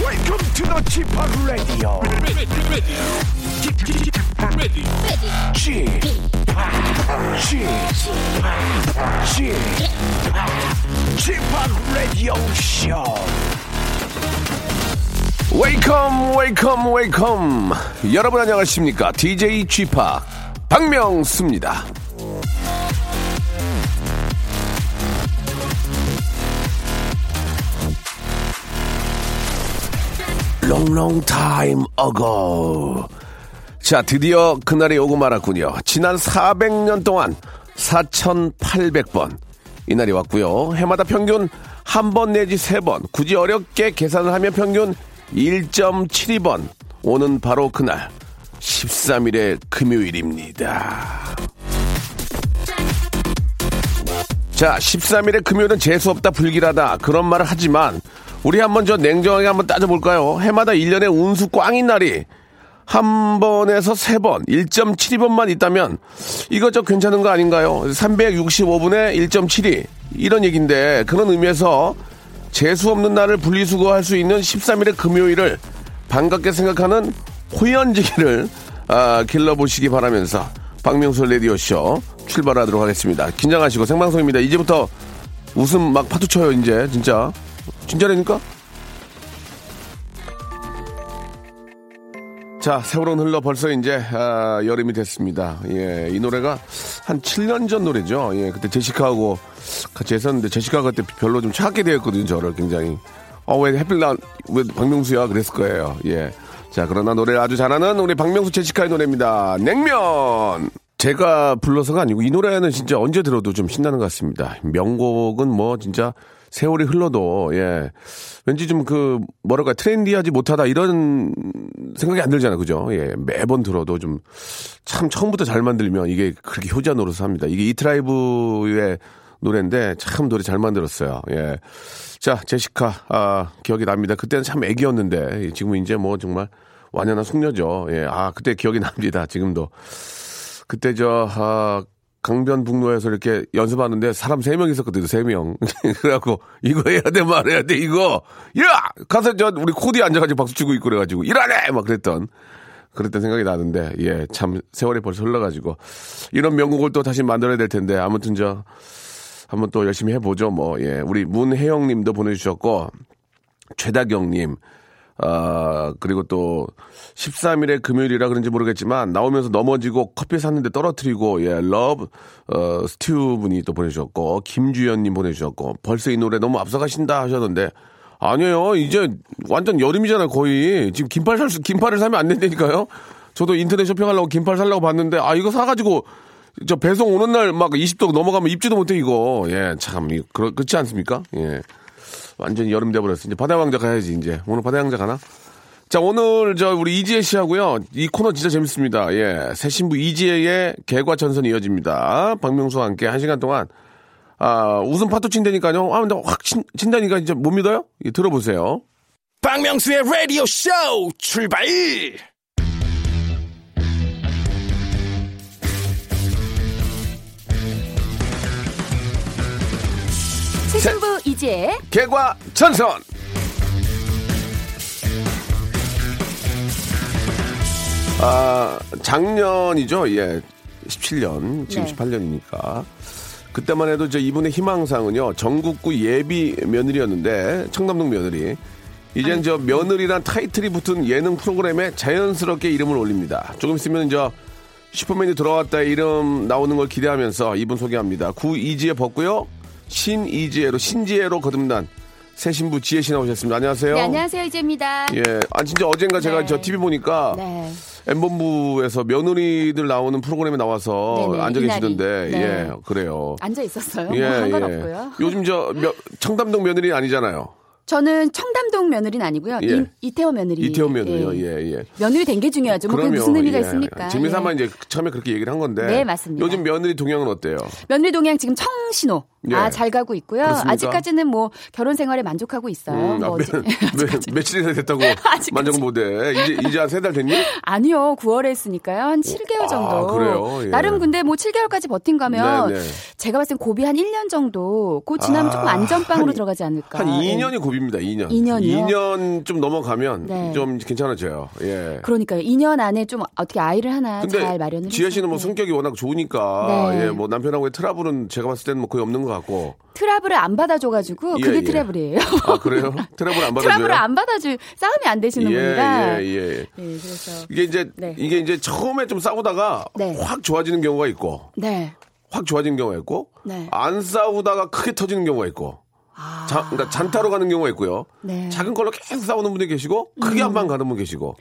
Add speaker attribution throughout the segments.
Speaker 1: Welcome to the Chip Radio.
Speaker 2: ready, ready, ready,
Speaker 1: Chip, Chip, Chip, Radio Show. Welcome, welcome, welcome. 여러분 안녕하십니까? DJ Chip 박명수입니다. long long time ago. 자, 드디어 그날이 오고 말았군요. 지난 400년 동안 4,800번 이날이 왔고요. 해마다 평균 한 번 내지 세 번 굳이 어렵게 계산을 하면 평균 1.72번 오는 바로 그날 13일의 금요일입니다. 자, 13일의 금요일은 재수없다, 불길하다. 그런 말을 하지만, 우리 한번 저 냉정하게 한번 따져볼까요? 해마다 1년에 운수 꽝인 날이 한 번에서 세 번, 1.72번만 있다면, 이거 저 괜찮은 거 아닌가요? 365분에 1.72. 이런 얘기인데, 그런 의미에서 재수없는 날을 분리수거할 수 있는 13일의 금요일을 반갑게 생각하는 호연지기를 아, 길러보시기 바라면서 박명수 레디오쇼 출발하도록 하겠습니다. 긴장하시고 생방송입니다. 이제부터 웃음 막 파투쳐요, 이제. 진짜. 진짜라니까? 자, 세월은 흘러 벌써 이제 아, 여름이 됐습니다. 예, 이 노래가 한 7년 전 노래죠. 예, 그때 제시카하고 같이 했었는데 제시카가 그때 별로 좀 차갑게 대했거든요, 저를 굉장히. 어, 왜 햇빛 나, 왜 박명수야 그랬을 거예요. 예. 자, 그러나 노래를 아주 잘하는 우리 박명수 제시카의 노래입니다. 냉면! 제가 불러서가 아니고 이 노래는 진짜 언제 들어도 좀 신나는 것 같습니다. 명곡은 뭐 진짜 세월이 흘러도 예 왠지 좀 그 뭐랄까 트렌디하지 못하다 이런 생각이 안 들잖아요, 그죠? 예 매번 들어도 좀 참 처음부터 잘 만들면 이게 그렇게 효자 노릇을 합니다. 이게 이트라이브의 노래인데 참 노래 잘 만들었어요. 예. 자, 제시카, 아, 기억이 납니다. 그때는 참 애기였는데, 지금 은 이제 뭐 정말 완연한 숙녀죠. 예, 아, 그때 기억이 납니다. 지금도. 그때 저, 아, 강변북로에서 이렇게 연습하는데 사람 세 명 있었거든요, 세명 그래갖고, 이거 해야 돼, 말해야 돼, 이거! 야! 가서 저, 우리 코디 앉아가지고 박수치고 있고 그래가지고, 일하래! 막 그랬던. 그랬던 생각이 나는데, 예, 참, 세월이 벌써 흘러가지고, 이런 명곡을 또 다시 만들어야 될 텐데, 아무튼 저, 한번 또 열심히 해보죠, 뭐, 예. 우리 문혜영 님도 보내주셨고, 최다경님, 아, 그리고 또 13일의 금요일이라 그런지 모르겠지만 나오면서 넘어지고 커피 샀는데 떨어뜨리고 예, 러브 어, 스튜 분이 또 보내주셨고 김주현 님 보내주셨고 벌써 이 노래 너무 앞서가신다 하셨는데 아니에요 이제 완전 여름이잖아 요 거의 지금 긴팔 살 수, 긴팔을 사면 안 된다니까요 저도 인터넷 쇼핑하려고 긴팔 살려고 봤는데 아 이거 사가지고 저 배송 오는 날 막 20도 넘어가면 입지도 못해 이거 예참 그렇지 않습니까 예 완전히 여름 돼버렸어. 이제 바다 왕자 가야지, 이제. 오늘 바다 왕자 가나? 자, 오늘 저 우리 이지혜 씨하고요. 이 코너 진짜 재밌습니다. 예. 새 신부 이지혜의 개과천선이 이어집니다. 박명수와 함께 한 시간 동안 아, 웃음 파도 친다니까요. 아, 근데 확 친, 친다니까 진짜 못 믿어요? 예, 들어보세요.
Speaker 2: 박명수의 라디오 쇼 출발!
Speaker 3: 새신부 이제
Speaker 1: 개과천선! 아, 작년이죠. 예. 17년, 지금
Speaker 3: 네.
Speaker 1: 18년이니까. 그때만 해도 저 이분의 희망상은요. 전국구 예비 며느리였는데 청담동 며느리. 이젠 저 며느리란 타이틀이 붙은 예능 프로그램에 자연스럽게 이름을 올립니다. 조금 있으면 저 슈퍼맨이 돌아왔다 이름 나오는 걸 기대하면서 이분 소개합니다. 구이지혜 벗고요. 신이지혜로 신지혜로 거듭난 새 신부 지혜 씨 나오셨습니다. 안녕하세요.
Speaker 3: 네, 안녕하세요 이제입니다.
Speaker 1: 예. 아 진짜 어젠가 제가
Speaker 3: 네.
Speaker 1: 저 TV 보니까
Speaker 3: 네.
Speaker 1: 엠본부에서 며느리들 나오는 프로그램에 나와서
Speaker 3: 네네,
Speaker 1: 앉아 계시던데
Speaker 3: 이날이. 네.
Speaker 1: 예 그래요.
Speaker 3: 앉아 있었어요.
Speaker 1: 예,
Speaker 3: 뭐 한 건 없고요.
Speaker 1: 요즘 저 며- 청담동 며느리 아니잖아요.
Speaker 3: 저는 청담동 며느리는 아니고요.
Speaker 1: 예.
Speaker 3: 이, 태원 며느리.
Speaker 1: 이태원 며느리요.
Speaker 3: 예.
Speaker 1: 예 예.
Speaker 3: 며느리 된 게 중요하죠. 뭐 그게
Speaker 1: 그럼요.
Speaker 3: 무슨 의미가
Speaker 1: 예.
Speaker 3: 있습니까?
Speaker 1: 재미삼아
Speaker 3: 예.
Speaker 1: 이제 처음에 그렇게 얘기를 한 건데.
Speaker 3: 네, 맞습니다.
Speaker 1: 요즘 며느리 동향은 어때요?
Speaker 3: 며느리 동향 지금 청신호.
Speaker 1: 예.
Speaker 3: 아, 잘 가고 있고요.
Speaker 1: 그렇습니까?
Speaker 3: 아직까지는 뭐 결혼 생활에 만족하고 있어요.
Speaker 1: 음, 아,
Speaker 3: 뭐 어제-
Speaker 1: 며- 며- 며칠이나 됐다고
Speaker 3: 아직까지.
Speaker 1: 만족 못해. 이제 이제 한 세 달 됐니?
Speaker 3: 아니요. 9월에 했으니까요. 한 7개월 정도.
Speaker 1: 아, 그래요? 예.
Speaker 3: 나름 근데 뭐 7개월까지 버틴 거면
Speaker 1: 네, 네.
Speaker 3: 제가 봤을 땐 고비 한 1년 정도. 그 지나면
Speaker 1: 아,
Speaker 3: 조금 안전빵으로
Speaker 1: 한-
Speaker 3: 들어가지 않을까.
Speaker 1: 한
Speaker 3: 예.
Speaker 1: 2년이 굽입니다. 2년.
Speaker 3: 2년이요?
Speaker 1: 좀 넘어가면
Speaker 3: 네.
Speaker 1: 좀 괜찮아져요. 예.
Speaker 3: 그러니까요. 2년 안에 좀 어떻게 아이를 하나 잘 마련을
Speaker 1: 지혜 씨는 뭐
Speaker 3: 해서.
Speaker 1: 성격이 워낙 좋으니까
Speaker 3: 네.
Speaker 1: 예, 뭐 남편하고의 트러블은 제가 봤을 때는 뭐 거의 없는 것 같고.
Speaker 3: 트러블을 안 받아줘가지고
Speaker 1: 예,
Speaker 3: 그게
Speaker 1: 예.
Speaker 3: 트러블이에요.
Speaker 1: 아 그래요? 트러블 안 받아줘요?
Speaker 3: 트러블을 안 받아줄 싸움이 안 되시는 분이라.
Speaker 1: 예, 예, 예.
Speaker 3: 네, 그래서
Speaker 1: 이게 이제
Speaker 3: 네.
Speaker 1: 이게 이제 처음에 좀 싸우다가
Speaker 3: 네.
Speaker 1: 확 좋아지는 경우가 있고
Speaker 3: 네.
Speaker 1: 확 좋아지는 경우가 있고
Speaker 3: 네.
Speaker 1: 안 싸우다가 크게 터지는 경우가 있고
Speaker 3: 아,
Speaker 1: 자, 어? 그러니까 잔타로 가는 경우가 있고요.
Speaker 3: 네. 음.
Speaker 1: 작은 걸로 계속 싸우는 분이 계시고 크게 한 방 가는 분 계시고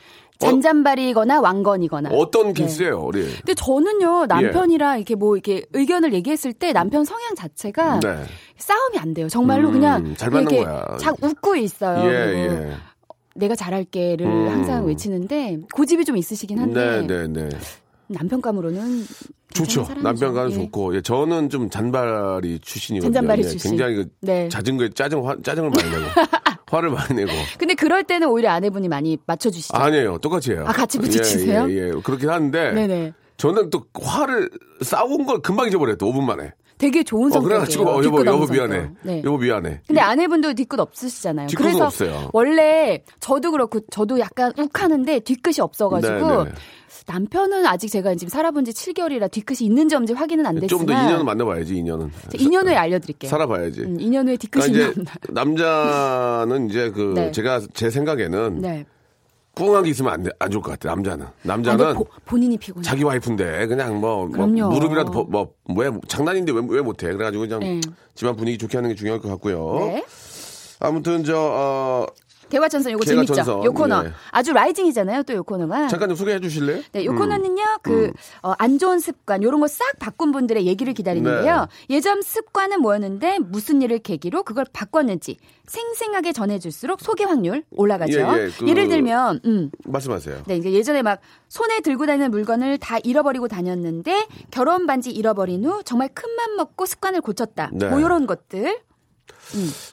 Speaker 3: 잔잔바리거나 왕건이거나.
Speaker 1: 어, 예. 떤 케이스예요, 우리?
Speaker 3: 근데 저는요 남편이랑 이렇게 뭐 이렇게 의견을 얘기했을 때 남편 성향 자체가
Speaker 1: 네.
Speaker 3: 싸움이 안 돼요. 정말로
Speaker 1: 음,
Speaker 3: 그냥
Speaker 1: 잘 맞는
Speaker 3: 이렇게
Speaker 1: 거야.
Speaker 3: 자 웃고 있어요.
Speaker 1: 예,
Speaker 3: 그리고
Speaker 1: 예.
Speaker 3: 내가 잘할게를
Speaker 1: 음.
Speaker 3: 항상 외치는데 고집이 좀 있으시긴 한데
Speaker 1: 네, 네, 네.
Speaker 3: 남편감으로는
Speaker 1: 좋죠.
Speaker 3: 괜찮은
Speaker 1: 남편과는
Speaker 3: 사람이죠. 예.
Speaker 1: 좋고, 예, 저는 좀 잔발이 출신이거든요.
Speaker 3: 잔잔바리
Speaker 1: 예,
Speaker 3: 출신.
Speaker 1: 굉장히 그
Speaker 3: 네.
Speaker 1: 잦은 거에 짜증, 화, 짜증을 많이 내고, 화를 많이 내고.
Speaker 3: 근데 그럴 때는 오히려 아내분이 많이 맞춰주시죠.
Speaker 1: 아니에요. 똑같이 해요.
Speaker 3: 아, 같이 부딪히세요?
Speaker 1: 예, 예, 예. 그렇긴 한데,
Speaker 3: 네네.
Speaker 1: 저는 또 화를 싸운 걸 금방 잊어버렸다, 5분 만에.
Speaker 3: 되게 좋은
Speaker 1: 어,
Speaker 3: 성격이에요.
Speaker 1: 그래가지고, 어, 여보,
Speaker 3: 뒤끝
Speaker 1: 여보
Speaker 3: 없는
Speaker 1: 미안해.
Speaker 3: 성격. 네.
Speaker 1: 여보 미안해.
Speaker 3: 근데 아내분도 뒤끝 없으시잖아요.
Speaker 1: 뒤끝은
Speaker 3: 그래서
Speaker 1: 없어요.
Speaker 3: 원래 저도 그렇고 저도 약간 욱하는데 뒤끝이 없어가지고
Speaker 1: 네네.
Speaker 3: 남편은 아직 제가 지금 살아본 지 7개월이라 뒤끝이 있는지 없는지 확인은 안 됐지만
Speaker 1: 좀 더 2년은 만나봐야지, 2년은.
Speaker 3: 2년 후에 알려드릴게요.
Speaker 1: 살아봐야지.
Speaker 3: 음, 2년 후에 뒤끝이
Speaker 1: 그러니까
Speaker 3: 있나
Speaker 1: 이제
Speaker 3: 없나.
Speaker 1: 남자는 이제 그
Speaker 3: 네.
Speaker 1: 제가 제 생각에는
Speaker 3: 네.
Speaker 1: 꿍하게 있으면 안, 돼- 안 좋을 것 같아. 남자는
Speaker 3: 아,
Speaker 1: 남자는
Speaker 3: 근데 보- 본인이 피곤해.
Speaker 1: 자기 와이프인데 그냥 뭐, 뭐
Speaker 3: 그럼요.
Speaker 1: 무릎이라도 버- 뭐, 왜 장난인데 왜, 왜 못해? 그래가지고 그냥
Speaker 3: 네.
Speaker 1: 집안 분위기 좋게 하는 게 중요할 것 같고요.
Speaker 3: 네.
Speaker 1: 아무튼 저 어,
Speaker 3: 대화천선 요거
Speaker 1: 제가
Speaker 3: 재밌죠.
Speaker 1: 전선,
Speaker 3: 요 코너
Speaker 1: 예.
Speaker 3: 아주 라이징이잖아요. 또 요 코너가.
Speaker 1: 잠깐 좀 소개해 주실래요?
Speaker 3: 네, 요 코너는요,
Speaker 1: 음.
Speaker 3: 그, 어, 안 좋은 습관, 요런 거 싹 바꾼 분들의 얘기를 기다리는데요.
Speaker 1: 네.
Speaker 3: 예전 습관은 뭐였는데, 무슨 일을 계기로 그걸 바꿨는지 생생하게 전해줄수록 소개 확률 올라가죠.
Speaker 1: 예, 예, 그-
Speaker 3: 를 들면, 음.
Speaker 1: 말씀하세요.
Speaker 3: 네, 이제 예전에 막 손에 들고 다니는 물건을 다 잃어버리고 다녔는데, 결혼 반지 잃어버린 후 정말 큰 맘 먹고 습관을 고쳤다.
Speaker 1: 네.
Speaker 3: 뭐 요런 것들.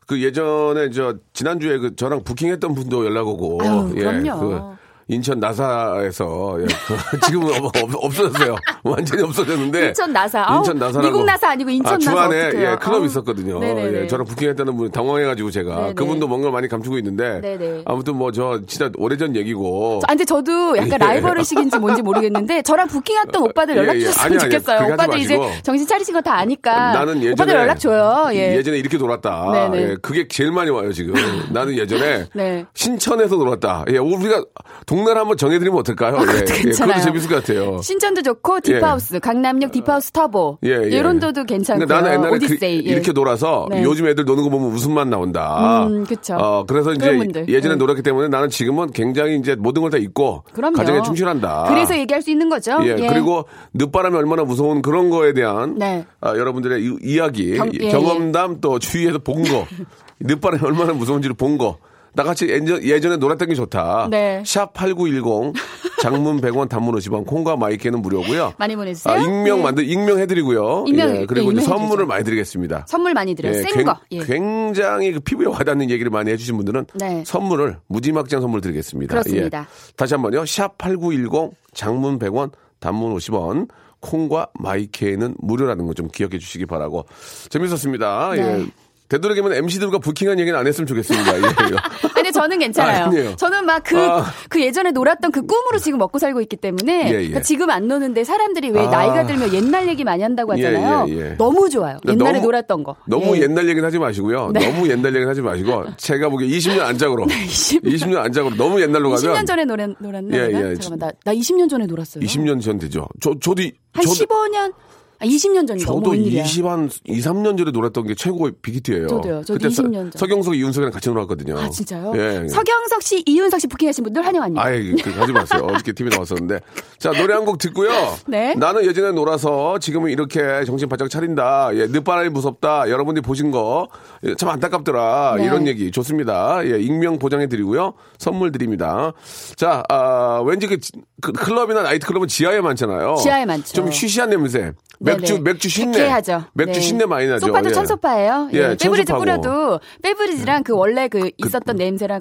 Speaker 1: 그 예전에 저 지난주에 그 저랑 부킹했던 분도 연락 오고 예,
Speaker 3: 아유, 그럼요.
Speaker 1: 그 인천 나사에서 예, 그 지금은 없, 없- 없어졌어요. 완전히 없어졌는데
Speaker 3: 인천 나사. 아우,
Speaker 1: 인천 나사라고
Speaker 3: 미국 나사 아니고 인천 나사
Speaker 1: 주안에
Speaker 3: 어떡해요.
Speaker 1: 예, 클럽
Speaker 3: 아우.
Speaker 1: 있었거든요.
Speaker 3: 네네네.
Speaker 1: 예, 저랑 부킹했다는 분이 당황해가지고 제가
Speaker 3: 네네.
Speaker 1: 그분도 뭔가 많이 감추고 있는데
Speaker 3: 네네.
Speaker 1: 아무튼 뭐 저 진짜 오래전 얘기고
Speaker 3: 저- 아, 근데 저도 약간
Speaker 1: 예.
Speaker 3: 라이벌의식인지 뭔지 모르겠는데 저랑 부킹했던 오빠들 연락
Speaker 1: 예, 예.
Speaker 3: 주셨으면
Speaker 1: 아니, 아니,
Speaker 3: 좋겠어요.
Speaker 1: 그렇게 하지
Speaker 3: 오빠들 이제
Speaker 1: 마시고.
Speaker 3: 정신 차리신 거 다 아니까
Speaker 1: 나는 예전에
Speaker 3: 오빠들 연락 줘요. 예.
Speaker 1: 전에 이렇게 놀았다.
Speaker 3: 네네.
Speaker 1: 예, 그게 제일 많이 와요 지금. 나는 예전에
Speaker 3: 네.
Speaker 1: 신천에서 놀았다. 예, 우리가 동네를 한번 정해드리면 어떨까요? 예,
Speaker 3: 그것도
Speaker 1: 예,
Speaker 3: 괜찮아요.
Speaker 1: 그것도 재밌을 것 같아요.
Speaker 3: 신천도 좋고 딥하우스, 강남역 딥하우스 터보.
Speaker 1: 예, 예.
Speaker 3: 이런 데도 괜찮고.
Speaker 1: 근데 나는 옛날에 그-
Speaker 3: 오디세이. 예.
Speaker 1: 이렇게 놀아서
Speaker 3: 네.
Speaker 1: 요즘 애들 노는 거 보면 웃음만 나온다.
Speaker 3: 음, 그쵸.
Speaker 1: 어, 그래서 이제
Speaker 3: 그런 분들.
Speaker 1: 예전에
Speaker 3: 네.
Speaker 1: 놀았기 때문에 나는 지금은 굉장히 이제 모든 걸 다 잊고
Speaker 3: 그럼요.
Speaker 1: 가정에 충실한다.
Speaker 3: 그래서 얘기할 수 있는 거죠.
Speaker 1: 예, 그리고 늦바람이 얼마나 무서운 그런 거에 대한
Speaker 3: 네.
Speaker 1: 아, 여러분들의 이- 이야기,
Speaker 3: 경- 예,
Speaker 1: 경험담 또 주위에서 본 거, 늦바람이 얼마나 무서운지를 본 거. 나같이 예전- 예전에 놀았던 게 좋다.
Speaker 3: 네.
Speaker 1: 샵8910 장문 100원 단문 50원 콩과 마이크는 무료고요.
Speaker 3: 많이 보내주세요.
Speaker 1: 아, 익명
Speaker 3: 예.
Speaker 1: 만들 익명 해드리고요.
Speaker 3: 익명,
Speaker 1: 예, 그리고
Speaker 3: 예,
Speaker 1: 이제
Speaker 3: 익명
Speaker 1: 선물을
Speaker 3: 해드리죠.
Speaker 1: 많이 드리겠습니다.
Speaker 3: 선물 많이 드려요.
Speaker 1: 예,
Speaker 3: 센
Speaker 1: 굉-
Speaker 3: 거. 예.
Speaker 1: 굉장히 그 피부에 와닿는 얘기를 많이 해주신 분들은
Speaker 3: 네.
Speaker 1: 선물을 무지막지한 선물 드리겠습니다.
Speaker 3: 그렇습니다.
Speaker 1: 예. 다시 한번요. 샵 #8910 장문 100원, 단문 50원. 콩과 마이케이는 무료라는 거 좀 기억해 주시기 바라고 재밌었습니다. 예.
Speaker 3: 네.
Speaker 1: 되도록이면 MC들과 부킹한 얘기는 안 했으면 좋겠습니다. 예, 예.
Speaker 3: 근데 저는 괜찮아요.
Speaker 1: 아니에요.
Speaker 3: 저는 막 그 그
Speaker 1: 아. 네.
Speaker 3: 예전에 놀았던 그 꿈으로 지금 먹고 살고 있기 때문에
Speaker 1: 예, 예.
Speaker 3: 그러니까 지금 안 노는데 사람들이 왜
Speaker 1: 아.
Speaker 3: 나이가 들면 옛날 얘기 많이 한다고
Speaker 1: 예,
Speaker 3: 하잖아요.
Speaker 1: 예, 예.
Speaker 3: 너무 좋아요.
Speaker 1: 근데
Speaker 3: 옛날에
Speaker 1: 너무-
Speaker 3: 놀았던 거.
Speaker 1: 너무
Speaker 3: 예. 네.
Speaker 1: 옛날 얘기는 하지 마시고요. 너무 옛날 얘기는 하지 마시고 제가 보기에 20년 안짝으로
Speaker 3: 20년.
Speaker 1: 20년 안짝으로 너무 옛날로 가면
Speaker 3: 20년 전에 노래, 놀았나?
Speaker 1: 예,
Speaker 3: 내가?
Speaker 1: 예.
Speaker 3: 잠깐만, 나, 나 20년 전에 놀았어요.
Speaker 1: 20년 전 되죠. 저, 저도, 이-
Speaker 3: 한
Speaker 1: 저도,
Speaker 3: 15년? 아, 20년 전이 너무
Speaker 1: 저도
Speaker 3: 웬일이야.
Speaker 1: 20, 한 2, 3년 전에 놀았던 게 최고의 빅히트예요
Speaker 3: 저도요. 저도 20년 전.
Speaker 1: 서, 경석 이윤석이랑 같이 놀았거든요.
Speaker 3: 아, 진짜요?
Speaker 1: 예. 예.
Speaker 3: 서경석 씨, 이윤석 씨 부킹하신 분들 환영합니다.
Speaker 1: 아예 그, 가지 마세요. 어저께 TV에 나왔었는데. 자, 노래 한 곡 듣고요.
Speaker 3: 네.
Speaker 1: 나는 예전에 놀아서 지금은 이렇게 정신 바짝 차린다. 예, 늦바람이 무섭다. 여러분들이 보신 거 예, 참 안타깝더라.
Speaker 3: 네.
Speaker 1: 이런 얘기 좋습니다. 예, 익명 보장해 드리고요. 선물 드립니다. 자, 아, 왠지 그, 지- 그 클럽이나 나이트클럽은 지하에 많잖아요.
Speaker 3: 지하에 많죠.
Speaker 1: 좀 쉬쉬한 냄새. 맥주,
Speaker 3: 네네.
Speaker 1: 맥주 신내.
Speaker 3: 백해하죠. 네.
Speaker 1: 맥주 신내 많이 나죠.
Speaker 3: 소파도
Speaker 1: 예.
Speaker 3: 천소파예요.
Speaker 1: 예,
Speaker 3: 예, 빼브리즈
Speaker 1: 천소파고.
Speaker 3: 뿌려도 빼브리즈랑 그 원래 그 있었던 냄새랑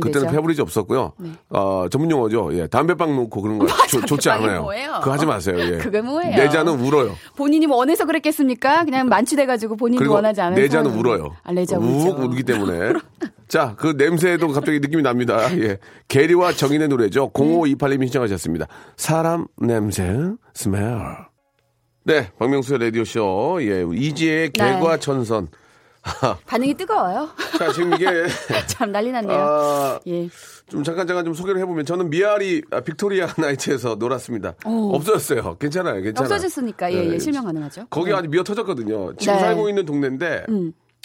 Speaker 1: 그때는, 그때는
Speaker 3: 되죠. 네.
Speaker 1: 페브리지 없었고요. 어, 전문 용어죠. 예, 담배빵 놓고 그런 거 좋- 좋지
Speaker 3: 담배빵이
Speaker 1: 않아요.
Speaker 3: 뭐예요?
Speaker 1: 그거 하지 마세요. 예.
Speaker 3: 그게 뭐예요?
Speaker 1: 내자는 울어요.
Speaker 3: 본인이 뭐 원해서 그랬겠습니까? 그냥 만취돼가지고 본인이
Speaker 1: 그러니까. 그리고
Speaker 3: 원하지 않은
Speaker 1: 내자는
Speaker 3: 상황에서.
Speaker 1: 울어요.
Speaker 3: 아, 내자
Speaker 1: 우욱
Speaker 3: 울죠.
Speaker 1: 울기 때문에. 자, 그 냄새도 갑자기 느낌이 납니다. 예. 게리와 정인의
Speaker 3: 네.
Speaker 1: 노래죠. 0528님이 신청하셨습니다. 사람 냄새, 스멜. 네, 박명수의 라디오쇼. 예, 이지의
Speaker 3: 네.
Speaker 1: 개과 천선.
Speaker 3: 반응이 뜨거워요.
Speaker 1: 자, 지금 이게.
Speaker 3: 참 난리 났네요.
Speaker 1: 아,
Speaker 3: 예.
Speaker 1: 좀 잠깐 잠깐 좀 소개를 해보면 저는 미아리 아, 빅토리아 나이트에서 놀았습니다. 없어졌어요. 괜찮아요, 괜찮아요.
Speaker 3: 없어졌으니까 예,
Speaker 1: 네.
Speaker 3: 예, 실명 가능하죠.
Speaker 1: 거기 아주 미어 터졌거든요. 지금
Speaker 3: 네. 음.
Speaker 1: 살고 있는 동네인데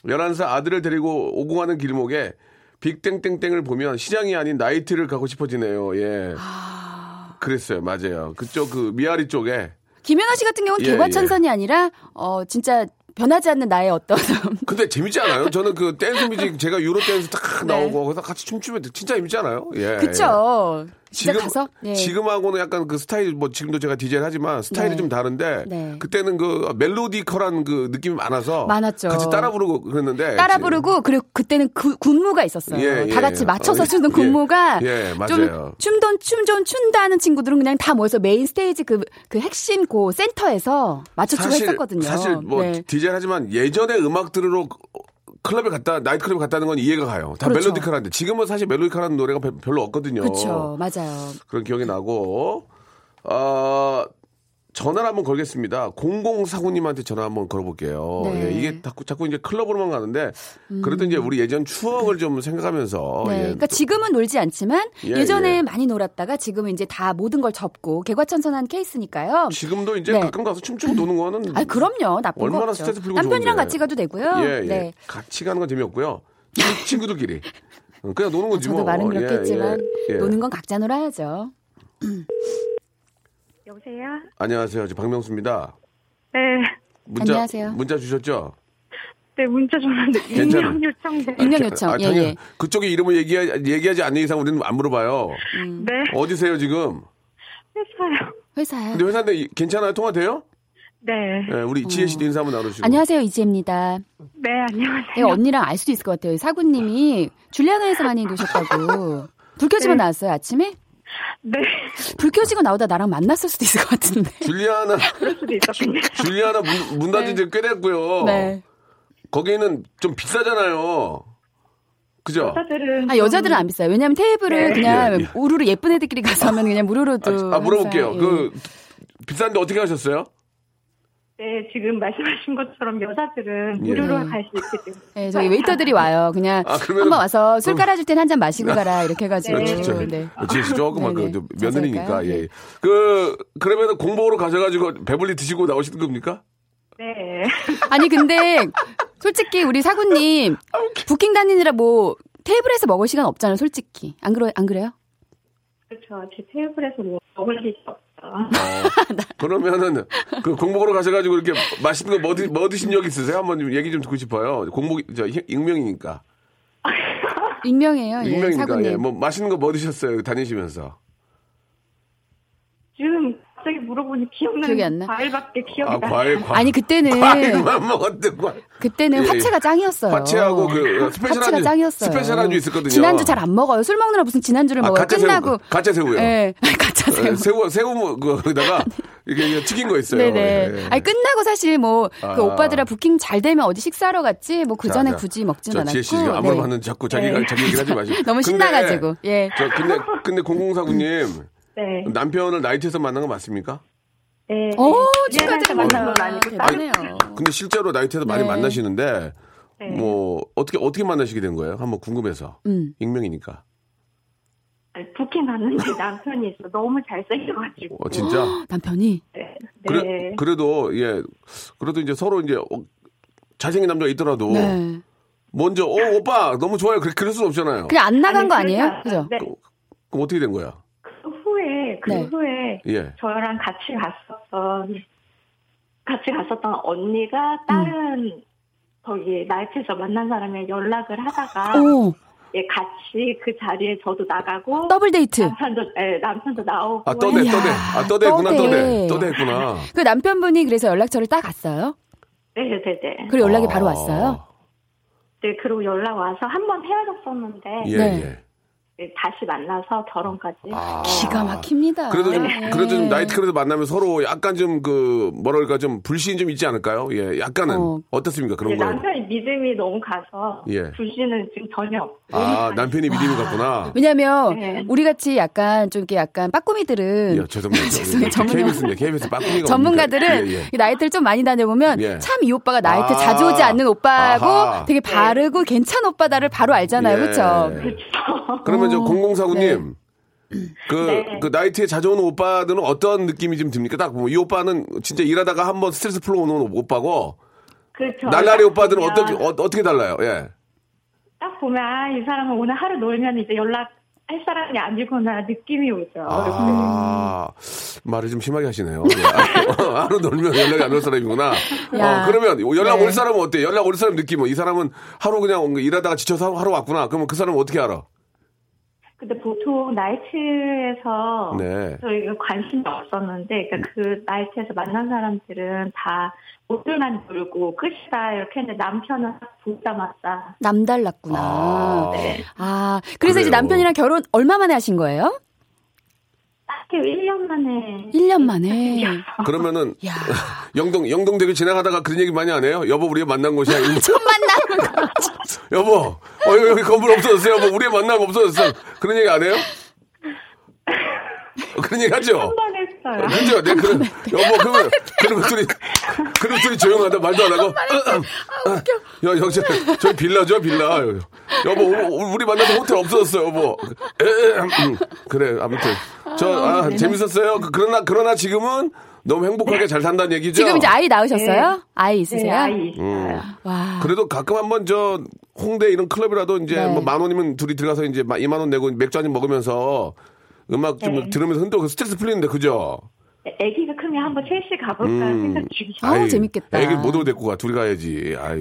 Speaker 1: 11살 아들을 데리고 오공하는 길목에 빅땡땡땡을 보면 시장이 아닌 나이트를 가고 싶어지네요. 예.
Speaker 3: 아.
Speaker 1: 그랬어요. 맞아요. 그쪽 그 미아리 쪽에
Speaker 3: 김연아 씨 같은 경우는
Speaker 1: 예,
Speaker 3: 개과천선이 아니라 어 진짜 변하지 않는 나의 어떤
Speaker 1: 근데 재밌지 않아요? 저는 그 댄스 뮤직 제가 유로 댄스 딱
Speaker 3: 네.
Speaker 1: 나오고 거기서 같이 춤추면 진짜 재밌지 않아요? 예. 예.
Speaker 3: 그쵸. 진짜 가서 예.
Speaker 1: 지금하고는 약간 그 스타일 뭐 지금도 제가 디제이를 하지만 스타일이
Speaker 3: 네.
Speaker 1: 좀 다른데
Speaker 3: 네.
Speaker 1: 그때는 그 멜로디컬한 그 느낌이 많아서
Speaker 3: 많았죠.
Speaker 1: 같이 따라 부르고 그랬는데
Speaker 3: 따라
Speaker 1: 예, 지금-
Speaker 3: 부르고 그리고 그때는 그 군무가 있었어요.
Speaker 1: 예, 예,
Speaker 3: 다 같이
Speaker 1: 예.
Speaker 3: 맞춰서
Speaker 1: 어,
Speaker 3: 추는
Speaker 1: 예.
Speaker 3: 군무가
Speaker 1: 예, 맞아요.
Speaker 3: 좀 춤돈 춤좀 춘다 하는 친구들은 그냥 다 모여서 메인 스테이지 그 그 핵심 고 센터에서 맞춰주고 했었거든요.
Speaker 1: 사실 뭐
Speaker 3: 네.
Speaker 1: 디제이 하지만 예전에 음악 들으러 클럽에 갔다 나이트 클럽에 갔다는 건 이해가 가요. 다
Speaker 3: 그렇죠.
Speaker 1: 멜로디컬한데 지금은 사실 멜로디컬한 노래가 별- 별로 없거든요.
Speaker 3: 그렇죠, 맞아요.
Speaker 1: 런 기억이 나고 어, 전화를 한번 걸겠습니다. 0049님한테 전화 한번 걸어볼게요.
Speaker 3: 네.
Speaker 1: 예, 이게 자꾸 자꾸 이제 클럽으로만 가는데 그래도 이제 우리 예전 추억을 좀 생각하면서
Speaker 3: 네,
Speaker 1: 예,
Speaker 3: 그러니까 지금은 놀지 않지만
Speaker 1: 예,
Speaker 3: 예, 전에
Speaker 1: 예.
Speaker 3: 많이 놀았다가 지금은 이제 다 모든 걸 접고 개과천선한 케이스니까요.
Speaker 1: 지금도 이제
Speaker 3: 네.
Speaker 1: 가끔 가서 춤추고 노는 거는
Speaker 3: 아 그럼요, 나쁜
Speaker 1: 얼마나
Speaker 3: 거 없죠.
Speaker 1: 스트레스 풀고
Speaker 3: 남편이랑
Speaker 1: 좋은데.
Speaker 3: 같이 가도 되고요.
Speaker 1: 예, 예.
Speaker 3: 네.
Speaker 1: 같이 가는 건 재미없고요. 친- 친구들끼리. 어, 그냥 노는 거지
Speaker 3: 아, 저도
Speaker 1: 뭐.
Speaker 3: 말은
Speaker 1: 어,
Speaker 3: 그렇게
Speaker 1: 예,
Speaker 3: 했지만
Speaker 1: 예, 예.
Speaker 3: 노는 건 각자 놀아야죠.
Speaker 4: 여보세요?
Speaker 1: 안녕하세요. 저 박명수입니다.
Speaker 4: 네.
Speaker 1: 문자,
Speaker 3: 안녕하세요.
Speaker 1: 문자 주셨죠?
Speaker 4: 네, 문자 줬는데
Speaker 1: 괜찮아.
Speaker 4: 익명 요청돼.
Speaker 3: 익명 요청. 예,
Speaker 1: 아, 당연-
Speaker 3: 예.
Speaker 1: 그쪽에 이름을 얘기, 얘기하지 않는 이상 우리는 안 물어봐요.
Speaker 4: 네,
Speaker 1: 어디세요, 지금?
Speaker 4: 회사요.
Speaker 3: 음. 회사야.
Speaker 1: 근데 회사인데 이- 괜찮아요? 통화돼요?
Speaker 4: 네.
Speaker 1: 예, 우리 지혜 씨도 인사 한번 나누시고.
Speaker 3: 안녕하세요 이지혜입니다.
Speaker 4: 네, 안녕하세요.
Speaker 3: 내가 언니랑 알 수도 있을 것 같아요. 사구님이 줄리아나에서 많이 노셨다고. 불 켜지고 나왔어요 아침에?
Speaker 4: 네,
Speaker 3: 불 켜지고 나오다 나랑 만났을 수도 있을 것 같은데.
Speaker 1: 줄리아나,
Speaker 4: 그럴 수도 있었군요.
Speaker 1: 줄리아나 문, 문 닫은 지 꽤 됐고요.
Speaker 3: 네.
Speaker 1: 거기는 좀 비싸잖아요. 그죠?
Speaker 4: 사실은
Speaker 3: 아 여자들은 안 비싸요. 왜냐하면 테이블을 그냥
Speaker 1: 예, 예.
Speaker 3: 우르르 예쁜 애들끼리 가서 하면 그냥 무료로도.
Speaker 1: 아, 아, 물어볼게요.
Speaker 3: 항상, 예.
Speaker 1: 그, 비싼데 어떻게 하셨어요?
Speaker 4: 네, 지금 말씀하신 것처럼 여자들은
Speaker 1: 예.
Speaker 4: 무료로 갈 수 있기 때문에.
Speaker 3: 네, 저희 웨이터들이 와요. 그냥
Speaker 1: 아, 그러면은-
Speaker 3: 한번 와서 술
Speaker 1: 그럼-
Speaker 3: 깔아줄 땐 한 잔 마시고 가라 이렇게 해가지고.
Speaker 1: 아,
Speaker 4: 네.
Speaker 1: 진짜.
Speaker 3: 네.
Speaker 1: 지혜 씨 조금만
Speaker 3: 네네.
Speaker 1: 그, 좀 며느리니까,
Speaker 3: 자세할까요?
Speaker 1: 예.
Speaker 3: 네.
Speaker 1: 그, 그러면 공복으로 가셔가지고 배불리 드시고 나오시는 겁니까?
Speaker 4: 네.
Speaker 3: 아니 근데 솔직히 우리 사구님
Speaker 1: 아,
Speaker 3: 부킹 다니느라 뭐 테이블에서 먹을 시간 없잖아요. 솔직히 안 그래 안 그래요?
Speaker 4: 그렇죠. 제 테이블에서 뭐 먹을 일이 없어.
Speaker 1: 그러면은, 그 공복으로 가셔가지고 이렇게 맛있는 거 뭐, 드, 뭐 드신 적 있으세요? 한번 좀 얘기 좀 듣고 싶어요. 공복, 저, 익- 익명이니까.
Speaker 3: 익명이에요. 예,
Speaker 1: 익명이니까,
Speaker 3: 사구님.
Speaker 1: 예. 뭐, 맛있는 거 뭐 드셨어요? 다니시면서.
Speaker 4: 지금 갑자기 물어보니 기억나는
Speaker 3: 기억이 안 나?
Speaker 4: 과일밖에 기억이
Speaker 1: 아,
Speaker 4: 나.
Speaker 1: 과일, 과일.
Speaker 3: 아니 그때는
Speaker 1: 과일만 먹었대, 과일.
Speaker 3: 그때는
Speaker 1: 예, 예.
Speaker 3: 화채가 짱이었어요.
Speaker 1: 화채하고 그 스페셜
Speaker 3: 화채가
Speaker 1: 안주-
Speaker 3: 짱이었어요.
Speaker 1: 스페셜 안주 있었거든요.
Speaker 3: 지난주 잘 안 먹어요. 술 먹느라 무슨 지난주를
Speaker 1: 아,
Speaker 3: 먹어요.
Speaker 1: 가짜
Speaker 3: 뭐 끝나고
Speaker 1: 새우. 가짜 새우요.
Speaker 3: 예, 가짜 새우.
Speaker 1: 예, 새우, 새우, 뭐, 그거다가, 이게 튀긴 거 있어요.
Speaker 3: 네네.
Speaker 1: 예, 예.
Speaker 3: 아니 끝나고 사실 뭐 그
Speaker 1: 아.
Speaker 3: 오빠들이랑 부킹 잘 되면 어디 식사하러 갔지 뭐 그
Speaker 1: 자,
Speaker 3: 전에
Speaker 1: 자.
Speaker 3: 굳이 먹진
Speaker 1: 저
Speaker 3: 않았고.
Speaker 1: 지혜 씨 지금 아무리
Speaker 3: 네.
Speaker 1: 봤는데 자꾸 자기가 자기 얘기를 하지 마시고. 근데-
Speaker 3: 너무 신나가지고 예.
Speaker 1: 저 근데 근데 0049님
Speaker 4: 네.
Speaker 1: 남편을 나이트에서 만난 거 맞습니까?
Speaker 4: 네.
Speaker 3: 오
Speaker 4: 예전에서 만난
Speaker 3: 음.
Speaker 4: 건 아니고 다른
Speaker 3: 대단해요.
Speaker 1: 근데 실제로 나이트에서 많이
Speaker 3: 네.
Speaker 1: 만나시는데
Speaker 4: 네.
Speaker 1: 뭐 어떻게 어떻게 만나시게 된 거예요? 한번 궁금해서.
Speaker 3: 음.
Speaker 1: 익명이니까.
Speaker 4: 아니, 부킹 갔는데 남편이 있어. 너무 잘생겨가지고.
Speaker 1: 어, 진짜.
Speaker 3: 남편이
Speaker 4: 네.
Speaker 1: 그래,
Speaker 4: 네.
Speaker 1: 그래도 예 그래도 이제 서로 이제 어, 잘생긴 남자가 있더라도
Speaker 3: 네.
Speaker 1: 먼저 어 오빠 너무 좋아요 그래 그럴 수 없잖아요.
Speaker 3: 그냥 안 나간
Speaker 4: 아니,
Speaker 3: 거
Speaker 4: 그러지
Speaker 3: 아니에요?
Speaker 4: 않아요.
Speaker 3: 그죠?
Speaker 4: 네.
Speaker 1: 그럼 어떻게 된 거야?
Speaker 4: 그 후에 그
Speaker 3: 네.
Speaker 4: 후에
Speaker 1: 예.
Speaker 4: 저랑 같이 갔었던 같이 갔었던
Speaker 3: 음.
Speaker 4: 언니가 다른 거기 나이트에서 만난 사람이랑 연락을 하다가
Speaker 3: 오.
Speaker 4: 예, 같이 그 자리에 저도 나가고
Speaker 3: 더블 데이트.
Speaker 4: 남편도 예, 남편도 나오고
Speaker 1: 아, 떠대,
Speaker 3: 이야,
Speaker 1: 떠대. 아, 떠대구나, 떠대.
Speaker 3: 떠대.
Speaker 1: 떠대구나.
Speaker 3: 그 남편분이 그래서 연락처를 따갔어요.
Speaker 4: 네, 네, 네.
Speaker 3: 그리고 연락이
Speaker 1: 아.
Speaker 3: 바로 왔어요.
Speaker 4: 네, 그리고 연락 와서 한 번 헤어졌었는데
Speaker 1: 예,
Speaker 3: 네.
Speaker 1: 예.
Speaker 4: 예, 다시 만나서 결혼까지. 네.
Speaker 1: 아.
Speaker 3: 기가 막힙니다.
Speaker 1: 그래도 좀,
Speaker 4: 아,
Speaker 3: 예.
Speaker 1: 그래도 좀 나이트클럽에서 만나면 서로 약간 좀 그, 뭐랄까, 좀 불신이 좀 있지 않을까요? 예, 약간은.
Speaker 3: 어.
Speaker 1: 어. 떻습니까
Speaker 4: 예,
Speaker 1: 그런 거는.
Speaker 4: 남편이 믿음이 너무 가서
Speaker 1: 예.
Speaker 4: 불신은 지금 전혀 없고
Speaker 1: 아, 남편이 믿음이 갔구나.
Speaker 3: 왜냐면
Speaker 4: 네.
Speaker 3: 우리 같이 약간 좀 이렇게 약간 빠꾸미들은
Speaker 1: 예, 죄송합니다.
Speaker 3: 네. 죄송해요. 전문가-
Speaker 1: KBS입니다. KBS 빠꾸미가.
Speaker 3: 전문가들은
Speaker 1: 뭡니까? 예, 예.
Speaker 3: 이 나이트를 좀 많이 다녀보면
Speaker 1: 예.
Speaker 3: 참 이 오빠가 나이트
Speaker 1: 아.
Speaker 3: 자주 오지 않는 오빠고
Speaker 1: 아하.
Speaker 3: 되게 바르고 괜찮은 오빠다를 바로 알잖아요.
Speaker 1: 예.
Speaker 3: 그렇죠?
Speaker 1: 그러면 저
Speaker 3: 어,
Speaker 1: 0049님. 그,
Speaker 4: 네.
Speaker 1: 그 나이트에 자주 오는 오빠들은 어떤 느낌이 좀 듭니까? 딱 보면 이 오빠는 진짜 일하다가 한번 스트레스 풀러 오는 오빠고
Speaker 4: 그렇죠.
Speaker 1: 날라리
Speaker 4: 딱
Speaker 1: 오빠들은
Speaker 4: 보면-
Speaker 1: 어떻게 어, 어떻게 달라요? 예.
Speaker 4: 딱 보면 아, 이 사람은 오늘 하루 놀면 이제 연락 할 사람이 아니구나 느낌이 오죠.
Speaker 1: 아, 말을 좀 심하게 하시네요. 예. 하루 놀면 연락이 안 올 사람이구나.
Speaker 3: 야.
Speaker 1: 어, 그러면 연락
Speaker 3: 네.
Speaker 1: 올 사람은 어때요? 연락 올 사람 느낌은 이 사람은 하루 그냥 일하다가 지쳐서 하루 왔구나. 그러면 그 사람은 어떻게 알아?
Speaker 4: 근데 보통
Speaker 3: 어.
Speaker 4: 나이트에서
Speaker 1: 네.
Speaker 4: 저희가 그 관심이 없었는데 그러니까 그 나이트에서 만난 사람들은 다 오늘만 놀고 끝이다 이렇게 했는데 남편은 보자마자
Speaker 3: 남달랐구나.
Speaker 1: 아.
Speaker 3: 아, 그래서 이제
Speaker 1: 그래요.
Speaker 3: 남편이랑 결혼 얼마 만에 하신 거예요?
Speaker 4: 딱히 1년 만에
Speaker 3: 1년 만에.
Speaker 1: 그러면은
Speaker 3: 야.
Speaker 1: 영동 영동대교 지나가다가 그런 얘기 많이 안 해요? 여보 우리의 만난 곳이야.
Speaker 3: 첫 만남.
Speaker 1: 여보, 어, 여기, 여기 건물 없어졌어. 여보, 우리의 만남 없어졌어. 그런 얘기 안 해요? 어, 그런 얘기 하죠?
Speaker 4: 한 번 했어요.
Speaker 1: 그죠? 네, 그럼, 여보, 그러면, 그러면 둘이, 그러면 둘이 조용하다. 말도 안 하고.
Speaker 3: 아,
Speaker 1: 야, 형, 저, 저희 빌라죠, 빌라. 여보, 우- 우리 만나서 호텔 없어졌어, 여보. 에, 에, 음, 그래, 아무튼. 저, 아, 재밌었어요. 그- 그러나, 그러나 지금은 너무 행복하게 잘 산다는 얘기죠?
Speaker 3: 네. 지금 이제 아이 낳으셨어요? 아이
Speaker 4: 네,
Speaker 3: 있으세요?
Speaker 4: 아이
Speaker 1: 음.
Speaker 4: 있어요.
Speaker 3: 와.
Speaker 1: 그래도 가끔 한번 저 홍대 이런 클럽이라도 이제
Speaker 3: 아. 네.
Speaker 1: 뭐만 원이면 둘이 들어가서 이제 막 2만 원 내고 맥주 한 잔 먹으면서 음악 좀
Speaker 4: 네.
Speaker 1: 들으면서 흔들고 스트레스 풀리는데 그죠?
Speaker 4: 아기가 크면 한번 셋이 가볼까
Speaker 1: 음.
Speaker 4: 생각 중이죠.
Speaker 3: 아우, 어, 재밌겠다.
Speaker 1: 애기 못 오고 데리고 가 둘이 가야지. 아이.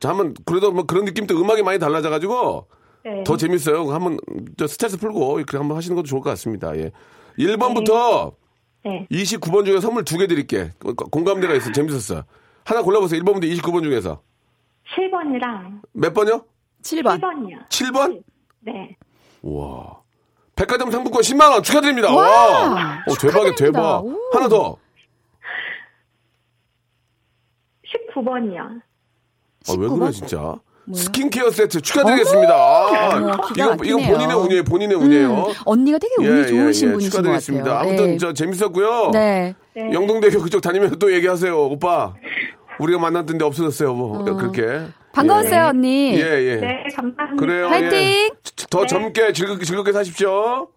Speaker 1: 자 한번 그래도 뭐 그런 느낌도 음악이 많이 달라져 가지고
Speaker 4: 네.
Speaker 1: 더 재밌어요. 한번 저 스트레스 풀고 그렇게 한번 하시는 것도 좋을 것 같습니다. 예. 1번부터
Speaker 4: 네.
Speaker 1: 29번 중에 선물 두 개 드릴게. 공감대가 있어. 재밌었어. 하나 골라보세요. 1번부터 29번 중에서.
Speaker 4: 7번이랑
Speaker 1: 몇 번요?
Speaker 3: 7번.
Speaker 4: 1번이요.
Speaker 1: 7번?
Speaker 4: 네.
Speaker 1: 와. 백화점 상품권 10만 원 축하드립니다.
Speaker 3: 와,
Speaker 1: 와. 어, 대박이야,
Speaker 3: 축하드립니다.
Speaker 1: 대박.
Speaker 3: 오.
Speaker 1: 하나 더.
Speaker 4: 19번이요.
Speaker 1: 아, 왜
Speaker 3: 19번?
Speaker 1: 그래 진짜?
Speaker 3: 뭐요?
Speaker 1: 스킨케어 세트 축하드리겠습니다. 아,
Speaker 3: 어머, 기가
Speaker 1: 이거 이거
Speaker 3: 막히네요.
Speaker 1: 본인의 운이에요, 본인의 운이에요.
Speaker 3: 음,
Speaker 1: 예,
Speaker 3: 언니가 되게 운이 좋으신 분이신 것
Speaker 1: 축하드리겠습니다.
Speaker 3: 같아요.
Speaker 1: 아무튼
Speaker 3: 네.
Speaker 1: 저 재밌었고요.
Speaker 3: 네.
Speaker 4: 네.
Speaker 1: 영동대교 그쪽 다니면 또 얘기하세요, 오빠. 우리가 만났던 데 없어졌어요, 뭐 그렇게.
Speaker 3: 반가웠어요, 언니.
Speaker 1: 예, 예. 예.
Speaker 4: 네, 감사합니다.
Speaker 1: 그래요. 예.
Speaker 3: 화이팅! 네.
Speaker 1: 더 젊게 즐겁게, 즐겁게 사십시오.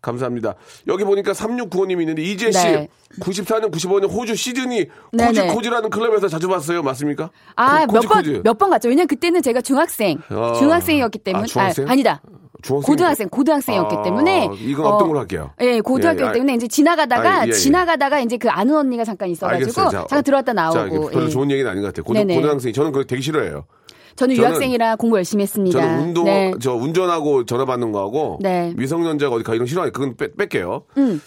Speaker 1: 감사합니다. 여기 보니까 3695님이 있는데 이재 씨
Speaker 3: 네.
Speaker 1: 94년 95년 호주 시드니
Speaker 3: 네네.
Speaker 1: 코지코지라는 클럽에서 자주 봤어요. 맞습니까?
Speaker 3: 아,
Speaker 1: 코-
Speaker 3: 몇 번,
Speaker 1: 그 코지코지.
Speaker 3: 몇 번 갔죠. 왜냐면 그때는 제가 중학생.
Speaker 1: 아.
Speaker 3: 중학생이었기 때문에.
Speaker 1: 아, 중학생?
Speaker 3: 니 다
Speaker 1: 중학생?
Speaker 3: 고등학생, 고등학생이었기
Speaker 1: 아,
Speaker 3: 때문에.
Speaker 1: 이건 없던 걸로 할게요.
Speaker 3: 예, 고등학교
Speaker 1: 예, 아,
Speaker 3: 때문에 이제 지나가다가,
Speaker 1: 아, 예, 예.
Speaker 3: 지나가다가 이제 그 아는 언니가 잠깐
Speaker 1: 알겠어요.
Speaker 3: 있어가지고,
Speaker 1: 자,
Speaker 3: 잠깐 들어왔다
Speaker 1: 자, 이게
Speaker 3: 나오고.
Speaker 1: 별로
Speaker 3: 예.
Speaker 1: 좋은 얘기는 아닌 것 같아요. 고등,
Speaker 3: 네네.
Speaker 1: 고등학생이 저는 그걸 되게 싫어해요.
Speaker 3: 저는
Speaker 1: 저는-
Speaker 3: 유학생이라 공부 열심히 했습니다.
Speaker 1: 저는 운동,
Speaker 3: 네.
Speaker 1: 저 운전하고 전화 받는 거하고
Speaker 3: 네. 음.
Speaker 1: 미성년자가 어디 가 이런 거 싫어하니까 그건 뺄, 뺄게요.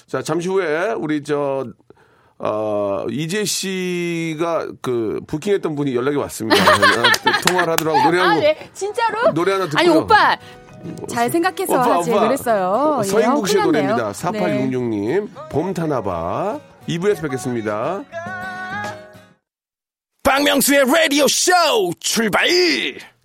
Speaker 1: 자, 잠시 후에 우리 저, 어, 이재 씨가 그 부킹했던 분이 연락이 왔습니다. 아, 통화를 하더라고. 노래
Speaker 3: 아,
Speaker 1: 한 곡.
Speaker 3: 네. 진짜로?
Speaker 1: 노래 하나 듣고요.
Speaker 3: 아니, 오빠! 잘 생각해서 하지, 그랬어요. 예,
Speaker 1: 서인국 씨의
Speaker 3: 큰일 났네요.
Speaker 1: 노래입니다. 4866님. 봄 타나봐. 2부에서 뵙겠습니다.
Speaker 2: 박명수의 라디오 쇼 출발!